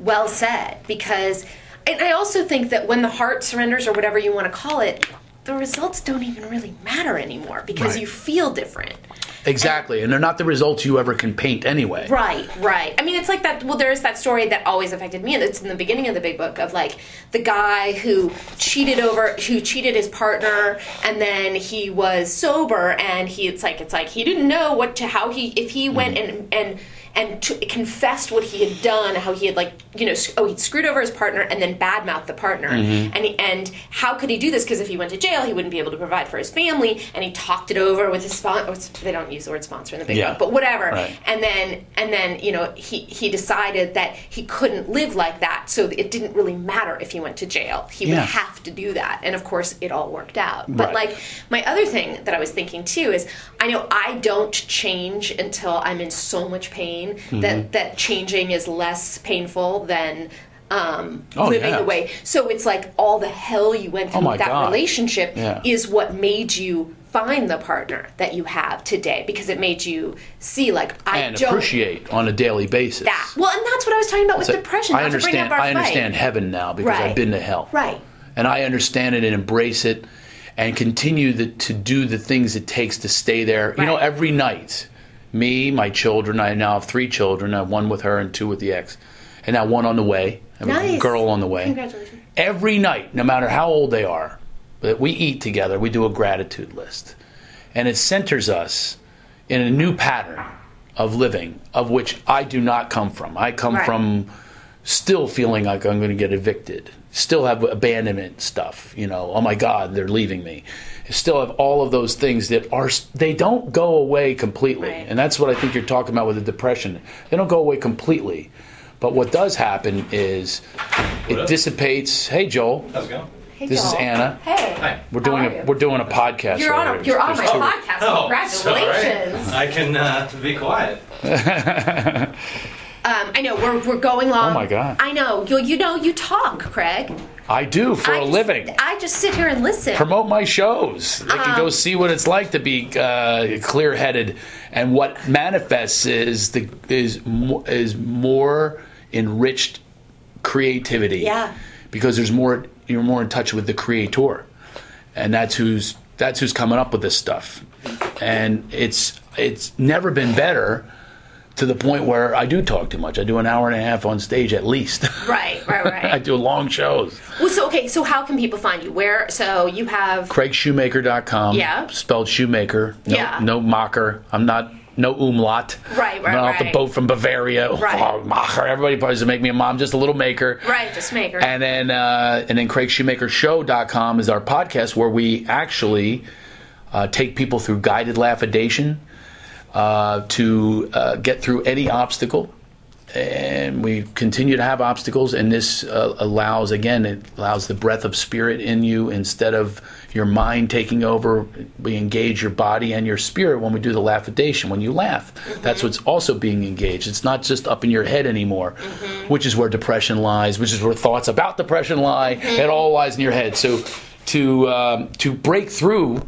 [SPEAKER 3] well said because, and I also think that when the heart surrenders or whatever you want to call it, the results don't even really matter anymore because
[SPEAKER 4] Right.
[SPEAKER 3] you feel different.
[SPEAKER 4] exactly and they're not the results you ever can paint anyway
[SPEAKER 3] Right, right. I mean, it's like that. Well, there's that story that always affected me, and it's in the beginning of the Big Book of like the guy who cheated over, who cheated his partner, and then he was sober, and he it's like it's like he didn't know what to how he if he went and and and t- confessed what he had done, how he had like you know sc- oh he screwed over his partner and then badmouthed the partner, and he, and how could he do this? Because if he went to jail, he wouldn't be able to provide for his family, and he talked it over with his sponsor. They don't use the word sponsor in the Big
[SPEAKER 4] Yeah.
[SPEAKER 3] Book, but whatever
[SPEAKER 4] Right.
[SPEAKER 3] and then and then you know he he decided that he couldn't live like that so it didn't really matter if he went to jail he
[SPEAKER 4] Yeah.
[SPEAKER 3] would have to do that and of course it all worked out but
[SPEAKER 4] Right.
[SPEAKER 3] like my other thing that i was thinking too is i know i don't change until i'm in so much pain
[SPEAKER 4] Mm-hmm.
[SPEAKER 3] that that changing is less painful than um,
[SPEAKER 4] Oh,
[SPEAKER 3] living
[SPEAKER 4] yeah. Oh,
[SPEAKER 3] the way so it's like all the hell you went through
[SPEAKER 4] my
[SPEAKER 3] with that
[SPEAKER 4] God.
[SPEAKER 3] relationship
[SPEAKER 4] Yeah.
[SPEAKER 3] is what made you find the partner that you have today because it made you see like I
[SPEAKER 4] and
[SPEAKER 3] don't
[SPEAKER 4] appreciate on a daily basis
[SPEAKER 3] that. Well, and that's what I was talking about with
[SPEAKER 4] So
[SPEAKER 3] depression.
[SPEAKER 4] i
[SPEAKER 3] not to bring
[SPEAKER 4] understand
[SPEAKER 3] up our
[SPEAKER 4] i understand
[SPEAKER 3] fight.
[SPEAKER 4] heaven now because i've
[SPEAKER 3] Right.
[SPEAKER 4] been to hell
[SPEAKER 3] Right.
[SPEAKER 4] and i understand it and embrace it and continue the, to do the things it takes to stay there you know
[SPEAKER 3] Right.
[SPEAKER 4] every night me my children i now have three children i have one with her and two with the ex and now one on the way I have a
[SPEAKER 3] Nice.
[SPEAKER 4] girl on the way
[SPEAKER 3] Congratulations.
[SPEAKER 4] every night, no matter how old they are, that we eat together, we do a gratitude list. And it centers us in a new pattern of living, of which I do not come from. I come
[SPEAKER 3] Right.
[SPEAKER 4] from still feeling like I'm going to get evicted, still have abandonment stuff, you know, oh my God, they're leaving me. Still have all of those things that are, they don't go away completely.
[SPEAKER 3] Right.
[SPEAKER 4] And that's what I think you're talking about with the depression. They don't go away completely. But what does happen is it
[SPEAKER 5] up?
[SPEAKER 4] dissipates. Hey, Joel.
[SPEAKER 5] How's it going?
[SPEAKER 3] Hey,
[SPEAKER 4] This is
[SPEAKER 3] y'all.
[SPEAKER 4] Anna.
[SPEAKER 3] Hey.
[SPEAKER 5] Hi.
[SPEAKER 4] We're doing
[SPEAKER 3] How
[SPEAKER 4] a
[SPEAKER 3] are you?
[SPEAKER 4] we're doing a podcast.
[SPEAKER 3] You're
[SPEAKER 4] right
[SPEAKER 3] on a,
[SPEAKER 4] here.
[SPEAKER 3] you're on my
[SPEAKER 4] There's two-
[SPEAKER 3] podcast.
[SPEAKER 5] Oh, sorry.
[SPEAKER 3] Congratulations.
[SPEAKER 5] I can uh, be quiet.
[SPEAKER 3] Um, I know we're, we're going long.
[SPEAKER 4] Oh, my God.
[SPEAKER 3] I know. You you know you talk, Craig.
[SPEAKER 4] I do for
[SPEAKER 3] I
[SPEAKER 4] a
[SPEAKER 3] just-
[SPEAKER 4] living.
[SPEAKER 3] I just sit here and listen.
[SPEAKER 4] Promote my shows. They can
[SPEAKER 3] Uh-huh.
[SPEAKER 4] go see what it's like to be uh, clear-headed, and what manifests is the is mo- is more enriched creativity.
[SPEAKER 3] Yeah.
[SPEAKER 4] because there's more you're more in touch with the creator, and that's who's that's who's coming up with this stuff, and it's it's never been better. To the point where I do talk too much. I do an hour and a half on stage at least.
[SPEAKER 3] Right, right,
[SPEAKER 4] I
[SPEAKER 3] right.
[SPEAKER 4] do long shows.
[SPEAKER 3] well, so okay, so how can people find you? Where? So you have
[SPEAKER 4] CraigShoemaker.com.
[SPEAKER 3] Yeah.
[SPEAKER 4] Spelled shoemaker. No,
[SPEAKER 3] Yeah.
[SPEAKER 4] No mocker. I'm not. No umlaut.
[SPEAKER 3] Right, right,
[SPEAKER 4] I'm not off the
[SPEAKER 3] right.
[SPEAKER 4] boat from Bavaria.
[SPEAKER 3] Right.
[SPEAKER 4] Oh, macher. Everybody tries to make me a mom, just a little maker.
[SPEAKER 3] right, just make her.
[SPEAKER 4] And then, uh, and then CraigShoemakerShow.com is our podcast where we actually uh, take people through guided lapidation uh, to uh, get through any obstacle. And we continue to have obstacles, and this uh, allows, again, it allows the breath of spirit in you instead of your mind taking over. We engage your body and your spirit when we do the lapidation, when you laugh. That's what's also being engaged. It's not just up in your head anymore, which is where depression lies, which is where thoughts about depression lie. It all lies in your head. So to, um, to break through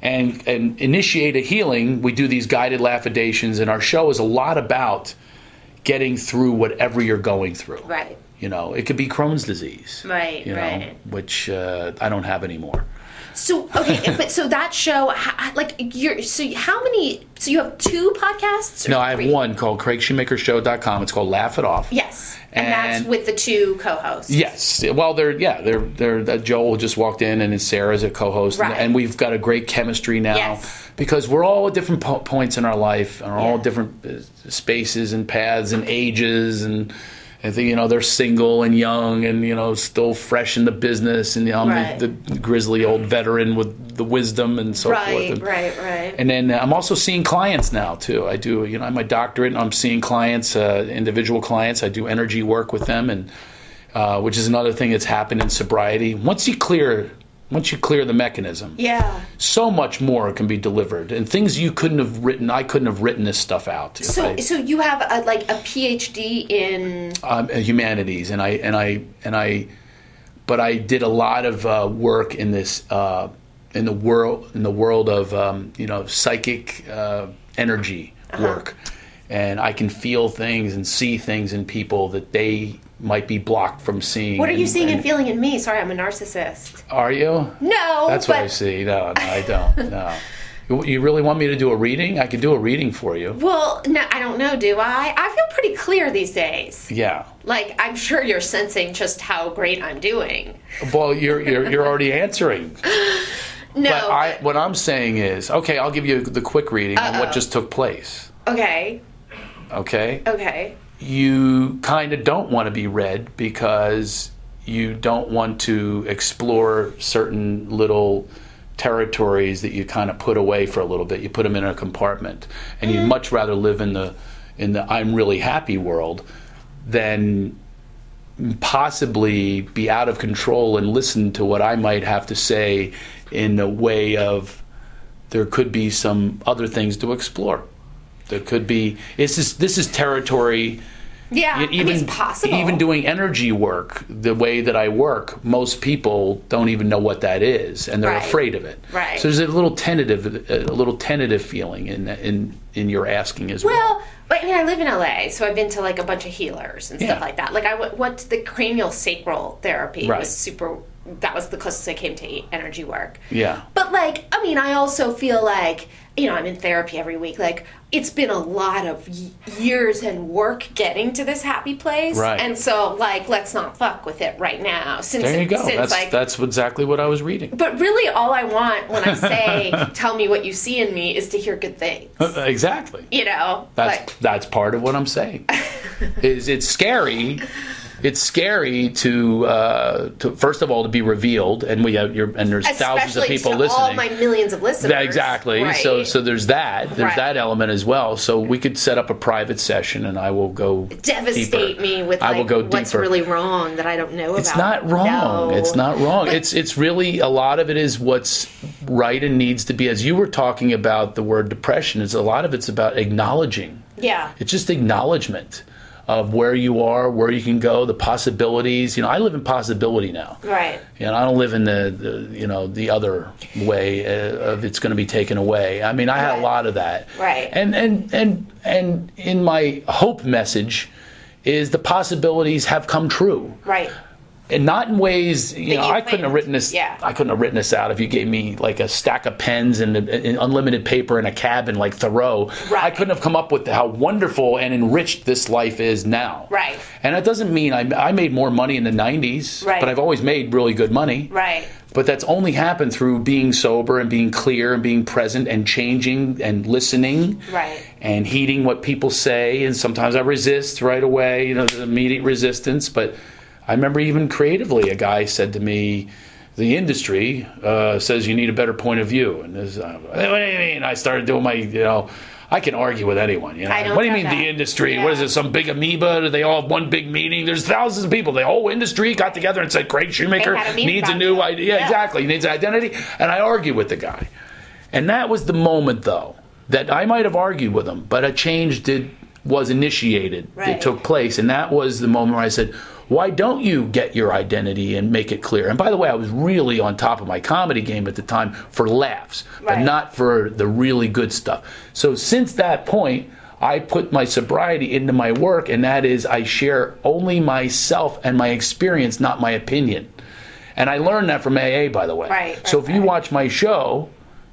[SPEAKER 4] and and initiate a healing, we do these guided lapidations, and our show is a lot about getting through whatever you're going through.
[SPEAKER 3] Right.
[SPEAKER 4] You know, it could be Crohn's disease.
[SPEAKER 3] Right,
[SPEAKER 4] You know,
[SPEAKER 3] right.
[SPEAKER 4] which uh, I don't have anymore.
[SPEAKER 3] So okay, but so that show, h- like you're so how many? So you have two podcasts? or
[SPEAKER 4] No, I have
[SPEAKER 3] three?
[SPEAKER 4] one called CraigShoemakerShow.com. It's called Laugh It Off.
[SPEAKER 3] Yes, and,
[SPEAKER 4] And-
[SPEAKER 3] that's with the two co-hosts.
[SPEAKER 4] Yes. Well, they're yeah, they're they're that Joel just walked in and it's Sarah as a co-host, and-
[SPEAKER 3] Right.
[SPEAKER 4] and, we've got a great chemistry now
[SPEAKER 3] Yes.
[SPEAKER 4] because we're all at different po- points in our life, and all different uh, spaces and paths and ages, and I think you know they're single and young and you know still fresh in the business, and you know, I'm
[SPEAKER 3] Right.
[SPEAKER 4] the, the grizzly old veteran with the wisdom and so forth.
[SPEAKER 3] Right,
[SPEAKER 4] And-
[SPEAKER 3] right, right.
[SPEAKER 4] and then uh, I'm also seeing clients now too. I do, you know, I'm a doctorate. And I'm seeing clients, uh, individual clients. I do energy work with them, and uh, which is another thing that's happened in sobriety. Once you clear, once you clear the mechanism,
[SPEAKER 3] yeah.
[SPEAKER 4] so much more can be delivered, and things you couldn't have written. I couldn't have written this stuff out. if
[SPEAKER 3] So
[SPEAKER 4] I-
[SPEAKER 3] so you have a, like a PhD in
[SPEAKER 4] um, humanities, and I and I and I, but I did a lot of uh, work in this uh, in the world in the world of um, you know psychic uh, energy
[SPEAKER 3] Uh-huh.
[SPEAKER 4] work, and I can feel things and see things in people that they might be blocked from seeing.
[SPEAKER 3] what are you seeing and,
[SPEAKER 4] and-
[SPEAKER 3] feeling in me? Sorry, I'm a narcissist.
[SPEAKER 4] Are you?
[SPEAKER 3] No,
[SPEAKER 4] Oh, That's
[SPEAKER 3] but
[SPEAKER 4] what I see. No, no, I don't. No. You- You really want me to do a reading? I could do a reading for you.
[SPEAKER 3] well, no, I don't know. Do I? I feel pretty clear these days.
[SPEAKER 4] Yeah.
[SPEAKER 3] Like I'm sure you're sensing just how great I'm doing.
[SPEAKER 4] Well, you're you're, you're already answering.
[SPEAKER 3] No.
[SPEAKER 4] But I, what I'm saying is, okay, I'll give you the quick reading on what just took place.
[SPEAKER 3] okay.
[SPEAKER 4] Okay,
[SPEAKER 3] Okay.
[SPEAKER 4] you kind of don't want to be read because you don't want to explore certain little territories that you kind of put away for a little bit. You put them in a compartment, and you'd much rather live in the in the I'm really happy world than possibly be out of control and listen to what I might have to say in the way of there could be some other things to explore. There could be this is this is territory.
[SPEAKER 3] Yeah.
[SPEAKER 4] Yet
[SPEAKER 3] I mean, it's possible.
[SPEAKER 4] Even doing energy work, the way that I work, most people don't even know what that is, and they're
[SPEAKER 3] Right.
[SPEAKER 4] afraid of it.
[SPEAKER 3] Right.
[SPEAKER 4] So there's a little tentative, a little tentative feeling in in in your asking as well.
[SPEAKER 3] Well, but I mean, I live in LA, so I've been to like a bunch of healers and
[SPEAKER 4] Yeah.
[SPEAKER 3] stuff like that. Like I went went to the cranial sacral therapy
[SPEAKER 4] Right.
[SPEAKER 3] was super. That was the closest I came to e- energy work.
[SPEAKER 4] Yeah.
[SPEAKER 3] But like, I mean, I also feel like you know I'm in therapy every week. Like it's been a lot of y- years and work getting to this happy place,
[SPEAKER 4] Right.
[SPEAKER 3] and so like let's not fuck with it right now. Since
[SPEAKER 4] there you
[SPEAKER 3] it-
[SPEAKER 4] go.
[SPEAKER 3] Since
[SPEAKER 4] That's
[SPEAKER 3] like
[SPEAKER 4] that's exactly what I was reading.
[SPEAKER 3] but really, all I want when I say "tell me what you see in me" is to hear good things.
[SPEAKER 4] exactly.
[SPEAKER 3] You know,
[SPEAKER 4] That's
[SPEAKER 3] like,
[SPEAKER 4] that's part of what I'm saying. is it's scary. It's scary to, uh, to first of all to be revealed, and we have your and there's thousands of
[SPEAKER 3] Especially
[SPEAKER 4] people
[SPEAKER 3] to
[SPEAKER 4] listening.
[SPEAKER 3] All my millions of listeners.
[SPEAKER 4] Yeah, exactly. So
[SPEAKER 3] right?
[SPEAKER 4] so there's that. There's
[SPEAKER 3] Right.
[SPEAKER 4] that element as well. So we could set up a private session, and I will go
[SPEAKER 3] devastate
[SPEAKER 4] deeper.
[SPEAKER 3] me with like,
[SPEAKER 4] I will go deeper.
[SPEAKER 3] what's really wrong that I don't know
[SPEAKER 4] It's
[SPEAKER 3] about.
[SPEAKER 4] not wrong.
[SPEAKER 3] No.
[SPEAKER 4] It's not wrong. it's it's really a lot of it is what's right and needs to be. As you were talking about the word depression, is a lot of it's about acknowledging.
[SPEAKER 3] Yeah.
[SPEAKER 4] It's just acknowledgement of where you are, where you can go, the possibilities. You know, I live in possibility now.
[SPEAKER 3] Right.
[SPEAKER 4] You know, I don't live in the, the you know the other way uh, of it's going to be taken away. I mean, I had a
[SPEAKER 3] Right.
[SPEAKER 4] lot of that.
[SPEAKER 3] Right.
[SPEAKER 4] And and and and in my hope message is the possibilities have come true
[SPEAKER 3] Right.
[SPEAKER 4] and not in ways you
[SPEAKER 3] That
[SPEAKER 4] know
[SPEAKER 3] you
[SPEAKER 4] I couldn't have
[SPEAKER 3] planned.
[SPEAKER 4] written this.
[SPEAKER 3] Yeah.
[SPEAKER 4] I couldn't have written this out if you gave me like a stack of pens and, and unlimited paper and a cabin like Thoreau. I
[SPEAKER 3] Right.
[SPEAKER 4] couldn't have come up with how wonderful and enriched this life is now.
[SPEAKER 3] Right.
[SPEAKER 4] And that doesn't mean I, I made more money in the '90s,
[SPEAKER 3] Right.
[SPEAKER 4] but I've always made really good money.
[SPEAKER 3] Right.
[SPEAKER 4] But that's only happened through being sober and being clear and being present and changing and listening
[SPEAKER 3] Right.
[SPEAKER 4] and heeding what people say. And sometimes I resist right away, you know, there's immediate resistance. But I remember even creatively, a guy said to me, the industry uh, says you need a better point of view. And this, uh, what do you mean? I started doing my, you know, I can argue with anyone. You know,
[SPEAKER 3] I don't
[SPEAKER 4] what do you mean
[SPEAKER 3] have
[SPEAKER 4] the
[SPEAKER 3] that.
[SPEAKER 4] industry?
[SPEAKER 3] Yeah.
[SPEAKER 4] What is it? Some big amoeba? Do they all have one big meeting? There's thousands of people. The whole industry got together and said, "Great Shoemaker
[SPEAKER 3] They had a meeting
[SPEAKER 4] needs a
[SPEAKER 3] about
[SPEAKER 4] new
[SPEAKER 3] it."
[SPEAKER 4] idea."
[SPEAKER 3] Yeah.
[SPEAKER 4] Exactly, he needs an identity. And I argue with the guy. And that was the moment, though, that I might have argued with him, but a change did was initiated.
[SPEAKER 3] Right.
[SPEAKER 4] It took place, and that was the moment where I said, "Why don't you get your identity and make it clear?" And by the way, I was really on top of my comedy game at the time for laughs, but
[SPEAKER 3] Right.
[SPEAKER 4] not for the really good stuff. So since that point. I put my sobriety into my work, and that is I share only myself and my experience, not my opinion. And I learned that from AA, by the way.
[SPEAKER 3] Right,
[SPEAKER 4] So
[SPEAKER 3] right,
[SPEAKER 4] if you
[SPEAKER 3] right.
[SPEAKER 4] watch my show,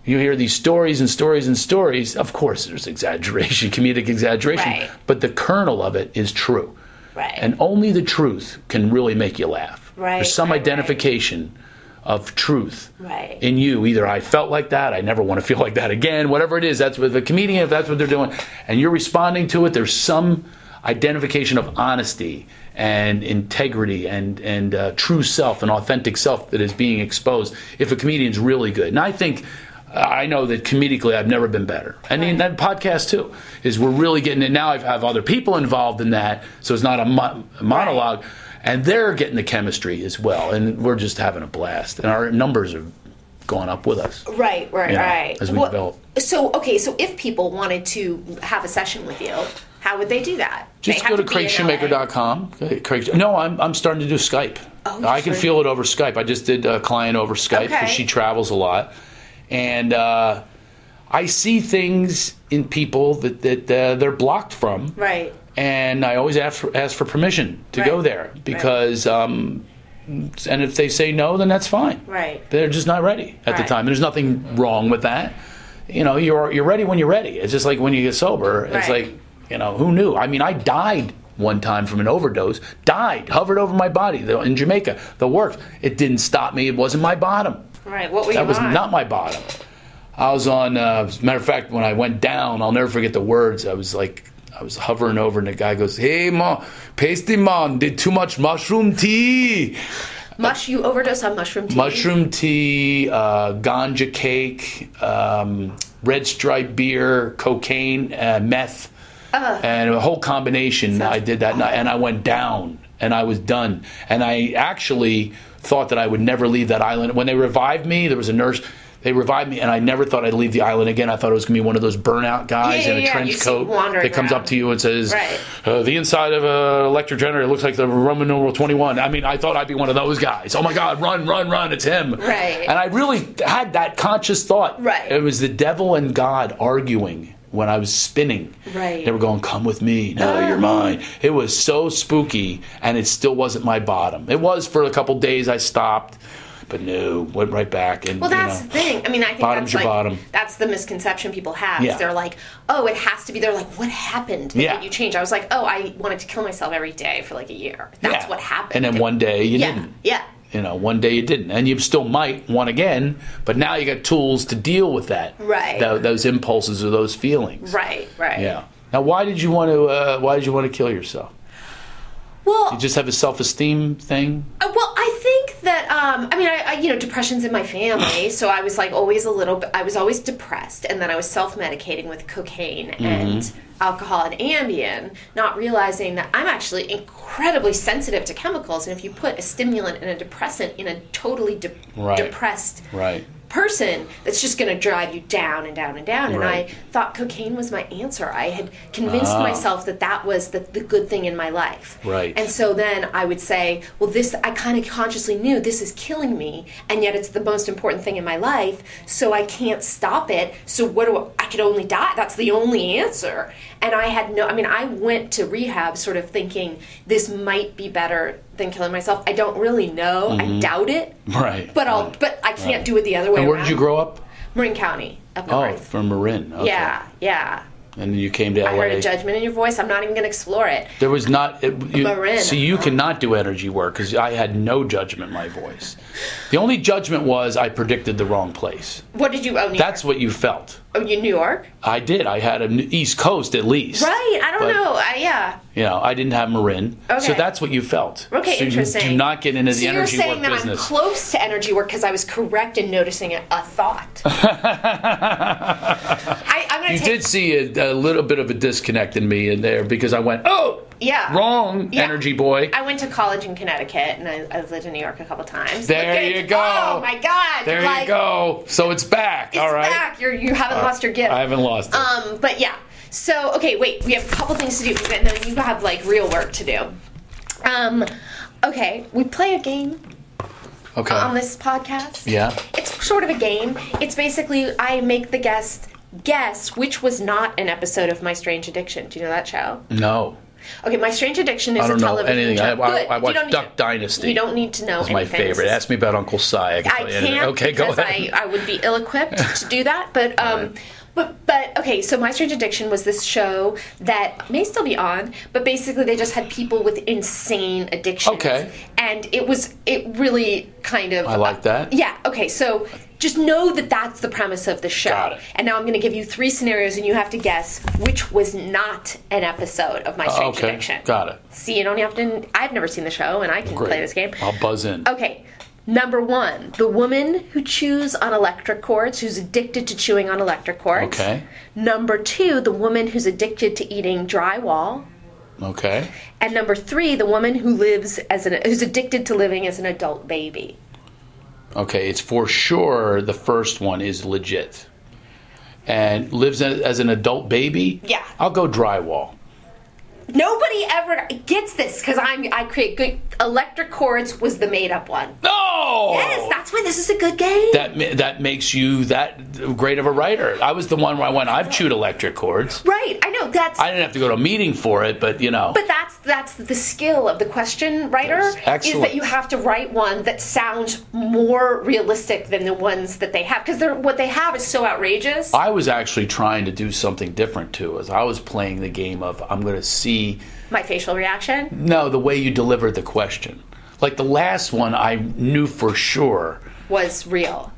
[SPEAKER 4] you hear these stories and stories and stories. Of course, there's exaggeration, comedic exaggeration,
[SPEAKER 3] Right.
[SPEAKER 4] but the kernel of it is true.
[SPEAKER 3] Right.
[SPEAKER 4] And only the truth can really make you laugh.
[SPEAKER 3] Right,
[SPEAKER 4] There's some
[SPEAKER 3] right, right.
[SPEAKER 4] identification of truth
[SPEAKER 3] Right.
[SPEAKER 4] in you. Either I felt like that, I never want to feel like that again, whatever it is. That's what the comedian, if that's what they're doing, and you're responding to it, there's some identification of honesty and integrity and, and uh, true self and authentic self that is being exposed if a comedian's really good. And I think. I know that comedically I've never been better. I mean, that podcast too is we're really getting it now. I have other people involved in that, so it's not a mo- monologue, and they're getting the chemistry as well. And we're just having a blast, and our numbers are going up with us.
[SPEAKER 3] Right, right,
[SPEAKER 4] you know,
[SPEAKER 3] right.
[SPEAKER 4] as we
[SPEAKER 3] Well,
[SPEAKER 4] develop.
[SPEAKER 3] So, okay, so if people wanted to have a session with you, how would they do that?
[SPEAKER 4] Just
[SPEAKER 3] They
[SPEAKER 4] go
[SPEAKER 3] have
[SPEAKER 4] to
[SPEAKER 3] be in LA.
[SPEAKER 4] craigshoemaker.com. Craig, no, I'm, I'm starting to do Skype.
[SPEAKER 3] Oh,
[SPEAKER 4] I can
[SPEAKER 3] sure.
[SPEAKER 4] feel it over Skype. I just did a client over Skype because
[SPEAKER 3] Okay.
[SPEAKER 4] she travels a lot. And uh, I see things in people that, that uh, they're blocked from.
[SPEAKER 3] Right.
[SPEAKER 4] And I always ask for, ask for permission to go
[SPEAKER 3] Right.
[SPEAKER 4] there because, um, and if they say no, then that's fine.
[SPEAKER 3] Right.
[SPEAKER 4] They're just not ready at the
[SPEAKER 3] Right.
[SPEAKER 4] time. There's nothing wrong with that. You know, you're you're ready when you're ready. It's just like when you get sober. It's
[SPEAKER 3] Right.
[SPEAKER 4] like you know, who knew? I mean, I died one time from an overdose. Died, hovered over my body the- in Jamaica. The works. It didn't stop me. It wasn't my bottom.
[SPEAKER 3] Right. What were
[SPEAKER 4] That
[SPEAKER 3] you
[SPEAKER 4] was
[SPEAKER 3] on?
[SPEAKER 4] not my bottom. I was on. Uh, as a matter of fact, when I went down, I'll never forget the words. I was like, I was hovering over, and the guy goes, "Hey, ma, pasty man, did too much mushroom tea."
[SPEAKER 3] Mush, you overdose on mushroom tea.
[SPEAKER 4] mushroom tea, uh, ganja cake, um, red stripe beer, cocaine, uh, meth, and a whole combination. I did that, and I, and I went down, and I was done. And I actually thought that I would never leave that island. When they revived me, there was a nurse. They revived me, and I never thought I'd leave the island again. I thought it was going to be one of those burnout guys
[SPEAKER 3] Yeah,
[SPEAKER 4] in a
[SPEAKER 3] yeah, yeah. You
[SPEAKER 4] trench
[SPEAKER 3] see
[SPEAKER 4] coat
[SPEAKER 3] wandering
[SPEAKER 4] that comes
[SPEAKER 3] around.
[SPEAKER 4] up to you and says,
[SPEAKER 3] Right.
[SPEAKER 4] uh, the inside of an electric generator looks like the Roman numeral 21. I mean, I thought I'd be one of those guys. Oh my God, run, run, run, it's him.
[SPEAKER 3] Right.
[SPEAKER 4] And I really had that conscious thought.
[SPEAKER 3] Right.
[SPEAKER 4] It was the devil and God arguing when I was spinning.
[SPEAKER 3] Right. Oh.
[SPEAKER 4] They were going, come with me. No, you're mine. It was so spooky, and it still wasn't my bottom. It was for a couple days. I stopped, but no, went right back. And,
[SPEAKER 3] Well,
[SPEAKER 4] you
[SPEAKER 3] that's
[SPEAKER 4] know,
[SPEAKER 3] the thing. I mean, I think
[SPEAKER 4] Bottom's
[SPEAKER 3] that's
[SPEAKER 4] your
[SPEAKER 3] like
[SPEAKER 4] bottom.
[SPEAKER 3] that's the misconception people have. is
[SPEAKER 4] Yeah.
[SPEAKER 3] They're like, oh, it has to be. They're like, what happened? That
[SPEAKER 4] Yeah.
[SPEAKER 3] made you change. I was like, oh, I wanted to kill myself every day for like a year. That's
[SPEAKER 4] Yeah.
[SPEAKER 3] what happened.
[SPEAKER 4] And then one day you
[SPEAKER 3] yeah,
[SPEAKER 4] didn't.
[SPEAKER 3] yeah,
[SPEAKER 4] you know one day you didn't and you still might one again but now you got tools to deal with that
[SPEAKER 3] Right.
[SPEAKER 4] tho- those impulses or those feelings
[SPEAKER 3] right, right.
[SPEAKER 4] yeah now why did you want to uh, why did you want to kill yourself
[SPEAKER 3] Well,
[SPEAKER 4] you just have a self-esteem thing
[SPEAKER 3] Uh, Well, I think that um, I mean, I, I you know, depression's in my family, so I was like always a little. bit I was always depressed, and then I was self-medicating with cocaine
[SPEAKER 4] Mm-hmm.
[SPEAKER 3] and alcohol and Ambien, not realizing that I'm actually incredibly sensitive to chemicals. And if you put a stimulant and a depressant in a totally de-
[SPEAKER 4] Right.
[SPEAKER 3] depressed
[SPEAKER 4] right
[SPEAKER 3] person that's just going to drive you down and down and down. And I
[SPEAKER 4] Right. Ah.
[SPEAKER 3] thought cocaine was my answer. I had convinced myself that that was the, the good thing in my life.
[SPEAKER 4] Right.
[SPEAKER 3] And so then I would say, well, this, I kind of consciously knew this is killing me, and yet it's the most important thing in my life, so I can't stop it. So what do I, I could only die? That's the only answer. And I had no, I mean, I went to rehab sort of thinking this might be better than killing myself. I don't really know.
[SPEAKER 4] Mm-hmm.
[SPEAKER 3] I doubt it.
[SPEAKER 4] Right,
[SPEAKER 3] But I'll,
[SPEAKER 4] right,
[SPEAKER 3] but I can't do it the other way
[SPEAKER 4] and where
[SPEAKER 3] around.
[SPEAKER 4] did you grow up
[SPEAKER 3] Marin County, up
[SPEAKER 4] oh
[SPEAKER 3] north.
[SPEAKER 4] from marin okay.
[SPEAKER 3] Yeah, yeah.
[SPEAKER 4] and you came to la
[SPEAKER 3] I heard a judgment in your voice. I'm not even going to explore it.
[SPEAKER 4] There was not. It, you,
[SPEAKER 3] Marin.
[SPEAKER 4] So you cannot do energy work because I had no judgment in my voice. The only judgment was I predicted the wrong place.
[SPEAKER 3] What did you? Oh, New
[SPEAKER 4] That's what you felt.
[SPEAKER 3] York. Oh, you New York.
[SPEAKER 4] I did. I had an East Coast at least.
[SPEAKER 3] Right. I don't
[SPEAKER 4] But-
[SPEAKER 3] know. I, yeah.
[SPEAKER 4] You know, I didn't have Marin. So
[SPEAKER 3] Okay.
[SPEAKER 4] that's what you felt.
[SPEAKER 3] Okay.
[SPEAKER 4] so
[SPEAKER 3] interesting.
[SPEAKER 4] You do not get into the
[SPEAKER 3] so
[SPEAKER 4] energy
[SPEAKER 3] you're saying
[SPEAKER 4] work
[SPEAKER 3] that
[SPEAKER 4] business.
[SPEAKER 3] I'm close to energy work because I was correct in noticing a, a thought. I, I'm going
[SPEAKER 4] you
[SPEAKER 3] to take.
[SPEAKER 4] did see a, a little bit of a disconnect in me in there because I went, oh,
[SPEAKER 3] Yeah.
[SPEAKER 4] wrong,
[SPEAKER 3] Yeah.
[SPEAKER 4] energy boy.
[SPEAKER 3] I went to college in Connecticut and I, I've lived in New York a couple times.
[SPEAKER 4] There
[SPEAKER 3] Look at-
[SPEAKER 4] you go.
[SPEAKER 3] Oh my God.
[SPEAKER 4] there
[SPEAKER 3] like,
[SPEAKER 4] you go. So it's back.
[SPEAKER 3] It's
[SPEAKER 4] all right.
[SPEAKER 3] back. You're, you haven't lost your gift.
[SPEAKER 4] I haven't lost it.
[SPEAKER 3] Um, but yeah. So okay, wait. We have a couple things to do, and then you have like real work to do. Um, okay, we play a game
[SPEAKER 4] okay.
[SPEAKER 3] on this podcast.
[SPEAKER 4] Uh. Yeah.
[SPEAKER 3] It's sort of a game. It's basically I make the guest guess which was not an episode of My Strange Addiction. Do you know that show?
[SPEAKER 4] No.
[SPEAKER 3] Okay, My Strange Addiction is
[SPEAKER 4] Mm. I don't
[SPEAKER 3] a
[SPEAKER 4] know
[SPEAKER 3] television
[SPEAKER 4] anything. I,
[SPEAKER 3] show.
[SPEAKER 4] I,
[SPEAKER 3] Good.
[SPEAKER 4] I
[SPEAKER 3] You
[SPEAKER 4] watched
[SPEAKER 3] don't need
[SPEAKER 4] Duck
[SPEAKER 3] to-
[SPEAKER 4] Dynasty.
[SPEAKER 3] You don't need to know
[SPEAKER 4] That's my
[SPEAKER 3] anything. This
[SPEAKER 4] favorite.
[SPEAKER 3] is-
[SPEAKER 4] Ask me about Uncle Si. I, can
[SPEAKER 3] I
[SPEAKER 4] tell you anything.
[SPEAKER 3] can't.
[SPEAKER 4] Okay, go
[SPEAKER 3] because
[SPEAKER 4] ahead.
[SPEAKER 3] I, I would be ill-equipped to do that. But um, but but okay. So My Strange Addiction was this show that may still be on, but basically they just had people with insane addictions.
[SPEAKER 4] Okay.
[SPEAKER 3] And it was it really kind of. Uh,
[SPEAKER 4] I like that.
[SPEAKER 3] yeah. Okay. So just know that that's the premise of the show.
[SPEAKER 4] Got it.
[SPEAKER 3] And now I'm going to give you three scenarios, and you have to guess which was not an episode of My Strange
[SPEAKER 4] okay,
[SPEAKER 3] Addiction.
[SPEAKER 4] got it.
[SPEAKER 3] See, you don't have to. I've never seen the show, and I can play this game.
[SPEAKER 4] I'll buzz in.
[SPEAKER 3] Okay. Number one, the woman who chews on electric cords, who's addicted to chewing on electric cords.
[SPEAKER 4] Okay.
[SPEAKER 3] Number two, the woman who's addicted to eating drywall.
[SPEAKER 4] Okay.
[SPEAKER 3] And number three, the woman who lives as an who's addicted to living as an adult baby.
[SPEAKER 4] Okay. It's for sure the first one is legit, and lives as, as an adult baby.
[SPEAKER 3] Yeah.
[SPEAKER 4] I'll go drywall.
[SPEAKER 3] Nobody ever gets this because I'm I create good electric cords was the made up one.
[SPEAKER 4] No.
[SPEAKER 3] Yes, that's why this is a good game.
[SPEAKER 4] Oh. that ma- that makes you that great of a writer. I was the one where I went. I've chewed electric cords.
[SPEAKER 3] right. I know that's
[SPEAKER 4] I didn't have to go to a meeting for it, but you know.
[SPEAKER 3] But that's that's the skill of the question writer
[SPEAKER 4] Yes.
[SPEAKER 3] is
[SPEAKER 4] Excellent.
[SPEAKER 3] that you have to write one that sounds more realistic than the ones that they have because they're what they have is so outrageous.
[SPEAKER 4] I was actually trying to do something different too. As I was playing the game of I'm going to see
[SPEAKER 3] My facial reaction.
[SPEAKER 4] no the way you delivered the question. Like the last one, I knew for sure.
[SPEAKER 3] was real.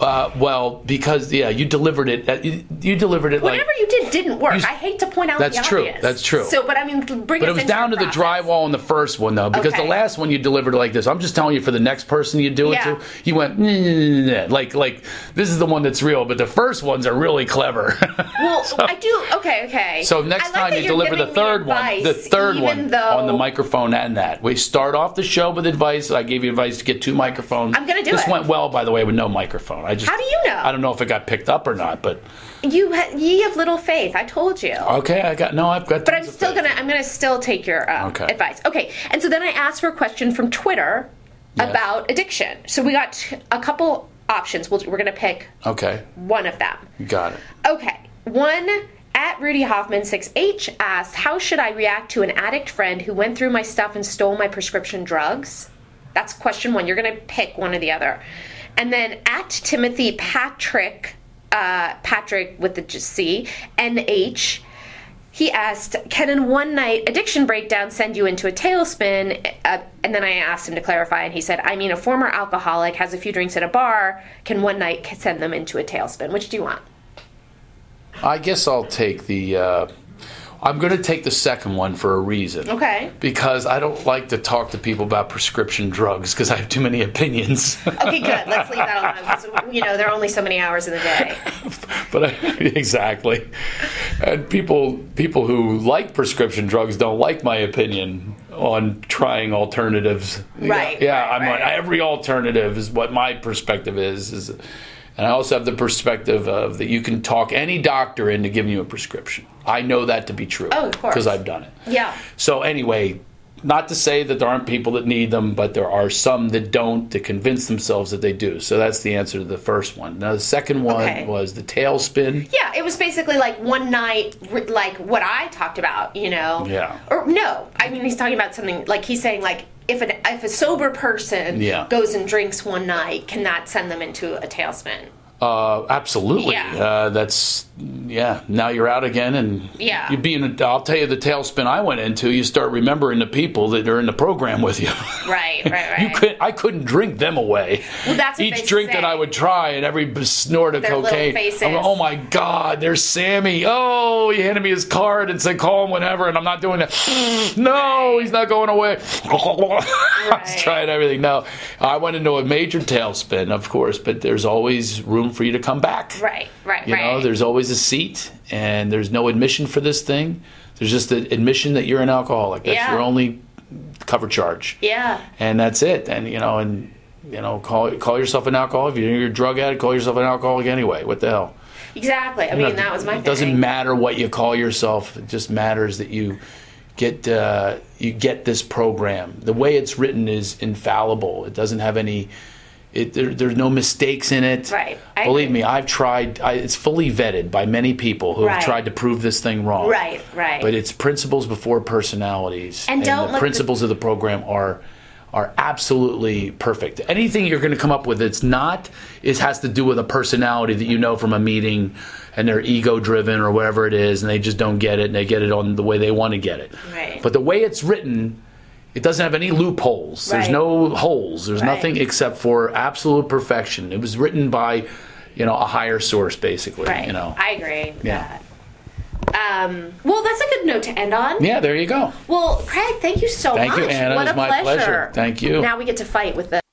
[SPEAKER 4] Uh, well, because yeah, you delivered it. uh, You, you delivered it
[SPEAKER 3] Whatever
[SPEAKER 4] like.
[SPEAKER 3] you did didn't work.
[SPEAKER 4] you-
[SPEAKER 3] I hate to point out
[SPEAKER 4] That's
[SPEAKER 3] the
[SPEAKER 4] true.
[SPEAKER 3] obvious.
[SPEAKER 4] That's true.
[SPEAKER 3] So, but I mean, bring us
[SPEAKER 4] but it was
[SPEAKER 3] into
[SPEAKER 4] down to the
[SPEAKER 3] process.
[SPEAKER 4] drywall in the first one though, because
[SPEAKER 3] Okay.
[SPEAKER 4] the last one you delivered like this. I'm just telling you for the next person you do it
[SPEAKER 3] Yeah.
[SPEAKER 4] to, you went "Nah, nah, nah, nah, nah." like like this is the one that's real, but the first ones are really clever.
[SPEAKER 3] Well, I do. Okay, okay.
[SPEAKER 4] So next
[SPEAKER 3] I like
[SPEAKER 4] time
[SPEAKER 3] that
[SPEAKER 4] you
[SPEAKER 3] you're
[SPEAKER 4] deliver the
[SPEAKER 3] giving me
[SPEAKER 4] third one, the
[SPEAKER 3] advice,
[SPEAKER 4] third
[SPEAKER 3] even
[SPEAKER 4] one
[SPEAKER 3] though
[SPEAKER 4] on the microphone and that. We start off the show with advice. I gave you advice to get two microphones.
[SPEAKER 3] I'm gonna do
[SPEAKER 4] this
[SPEAKER 3] it.
[SPEAKER 4] went well, by the way, with no microphone. I just
[SPEAKER 3] How do you know?
[SPEAKER 4] I don't know if it got picked up or not, but
[SPEAKER 3] You ha- ye have little faith. I told you.
[SPEAKER 4] okay, I got no. I've got.
[SPEAKER 3] But I'm still gonna I'm gonna still take your uh,
[SPEAKER 4] Okay.
[SPEAKER 3] advice. Okay. And so then I asked for a question from Twitter
[SPEAKER 4] Yes.
[SPEAKER 3] about addiction. So we got t- a couple options. We'll, we're gonna pick
[SPEAKER 4] Okay,
[SPEAKER 3] one of them.
[SPEAKER 4] you got it.
[SPEAKER 3] Okay. One at Rudy Hoffman 6H asked, "How should I react to an addict friend who went through my stuff and stole my prescription drugs?" That's question one. You're going to pick one or the other. And then at Timothy Patrick, uh, Patrick with the J- C N H. He asked, "Can in one night addiction breakdown send you into a tailspin?" Uh, and then I asked him to clarify, and he said, "I mean, a former alcoholic has a few drinks at a bar. Can one night send them into a tailspin? Which do you want?"
[SPEAKER 4] I guess I'll take the. Uh, I'm going to take the second one for a reason.
[SPEAKER 3] Okay.
[SPEAKER 4] Because I don't like to talk to people about prescription drugs because I have too many opinions.
[SPEAKER 3] Okay, good. Let's leave that alone because you know there are only so many hours in the day.
[SPEAKER 4] but I, exactly, and people people who like prescription drugs don't like my opinion on trying alternatives. Yeah,
[SPEAKER 3] Right,
[SPEAKER 4] Yeah,
[SPEAKER 3] right,
[SPEAKER 4] I'm on
[SPEAKER 3] right.
[SPEAKER 4] every alternative is what my perspective is. Is and I also have the perspective of that you can talk any doctor into giving you a prescription. I know that to be true.
[SPEAKER 3] Oh, of course.
[SPEAKER 4] Because I've done it.
[SPEAKER 3] Yeah.
[SPEAKER 4] So anyway, not to say that there aren't people that need them, but there are some that don't to convince themselves that they do. So that's the answer to the first one. Now the second one
[SPEAKER 3] Okay.
[SPEAKER 4] was the tailspin.
[SPEAKER 3] Yeah, it was basically like one night, r- like what I talked about, you know.
[SPEAKER 4] Yeah.
[SPEAKER 3] Or no, I mean he's talking about something like he's saying like if an if a sober person
[SPEAKER 4] Yeah.
[SPEAKER 3] goes and drinks one night, can that send them into a tailspin?
[SPEAKER 4] Uh, absolutely.
[SPEAKER 3] Yeah.
[SPEAKER 4] Uh, that's yeah. Now you're out again, and
[SPEAKER 3] Yeah.
[SPEAKER 4] you being. I'll tell you the tailspin I went into. You start remembering the people that are in the program with you.
[SPEAKER 3] Right, right, right.
[SPEAKER 4] You could I couldn't drink them away.
[SPEAKER 3] Well, that's what
[SPEAKER 4] each
[SPEAKER 3] they
[SPEAKER 4] drink that
[SPEAKER 3] say.
[SPEAKER 4] I would try, and every b- snort of
[SPEAKER 3] Their little
[SPEAKER 4] cocaine.
[SPEAKER 3] faces.
[SPEAKER 4] I'm like, oh my God, there's Sammy. Oh, he handed me his card and said call him whenever, and I'm not doing that. no, he's not going away. I was trying everything. No, I went into a major tailspin, of course, but there's always room for you to come back.
[SPEAKER 3] Right, right,
[SPEAKER 4] You know,
[SPEAKER 3] right.
[SPEAKER 4] there's always a seat, and there's no admission for this thing. There's just the admission that you're an alcoholic. That's
[SPEAKER 3] Yeah.
[SPEAKER 4] your only cover charge
[SPEAKER 3] Yeah.
[SPEAKER 4] and that's it. And you know, and you know, call call yourself an alcoholic. If you're a drug addict, call yourself an alcoholic anyway. What the hell?
[SPEAKER 3] Exactly. I mean that was my
[SPEAKER 4] It doesn't
[SPEAKER 3] thing.
[SPEAKER 4] matter what you call yourself. It just matters that you get uh, you get this program. The way it's written is infallible. It doesn't have any It, there, there's no mistakes in it.
[SPEAKER 3] Right. I
[SPEAKER 4] Believe
[SPEAKER 3] agree.
[SPEAKER 4] me, I've tried. I, it's fully vetted by many people who
[SPEAKER 3] Right.
[SPEAKER 4] have tried to prove this thing wrong.
[SPEAKER 3] Right, right.
[SPEAKER 4] But it's principles before personalities,
[SPEAKER 3] And don't let
[SPEAKER 4] the
[SPEAKER 3] the-
[SPEAKER 4] principles of the program are are absolutely perfect. Anything you're going to come up with that's not is has to do with a personality that you know from a meeting, and they're ego driven or whatever it is, and they just don't get it, and they get it on the way they want to get it.
[SPEAKER 3] Right.
[SPEAKER 4] But the way it's written. It doesn't have any loopholes. There's
[SPEAKER 3] Right.
[SPEAKER 4] no holes. There's
[SPEAKER 3] Right.
[SPEAKER 4] nothing except for absolute perfection. It was written by, you know, a higher source, basically.
[SPEAKER 3] Right.
[SPEAKER 4] You know.
[SPEAKER 3] I agree. with
[SPEAKER 4] Yeah.
[SPEAKER 3] that. Um, well, that's a good note to end on.
[SPEAKER 4] yeah. There you go.
[SPEAKER 3] Well, Craig, thank you so
[SPEAKER 4] Thank
[SPEAKER 3] much.
[SPEAKER 4] you, Anna.
[SPEAKER 3] What
[SPEAKER 4] It was
[SPEAKER 3] a
[SPEAKER 4] my pleasure.
[SPEAKER 3] pleasure.
[SPEAKER 4] Thank you.
[SPEAKER 3] Now we get to fight with the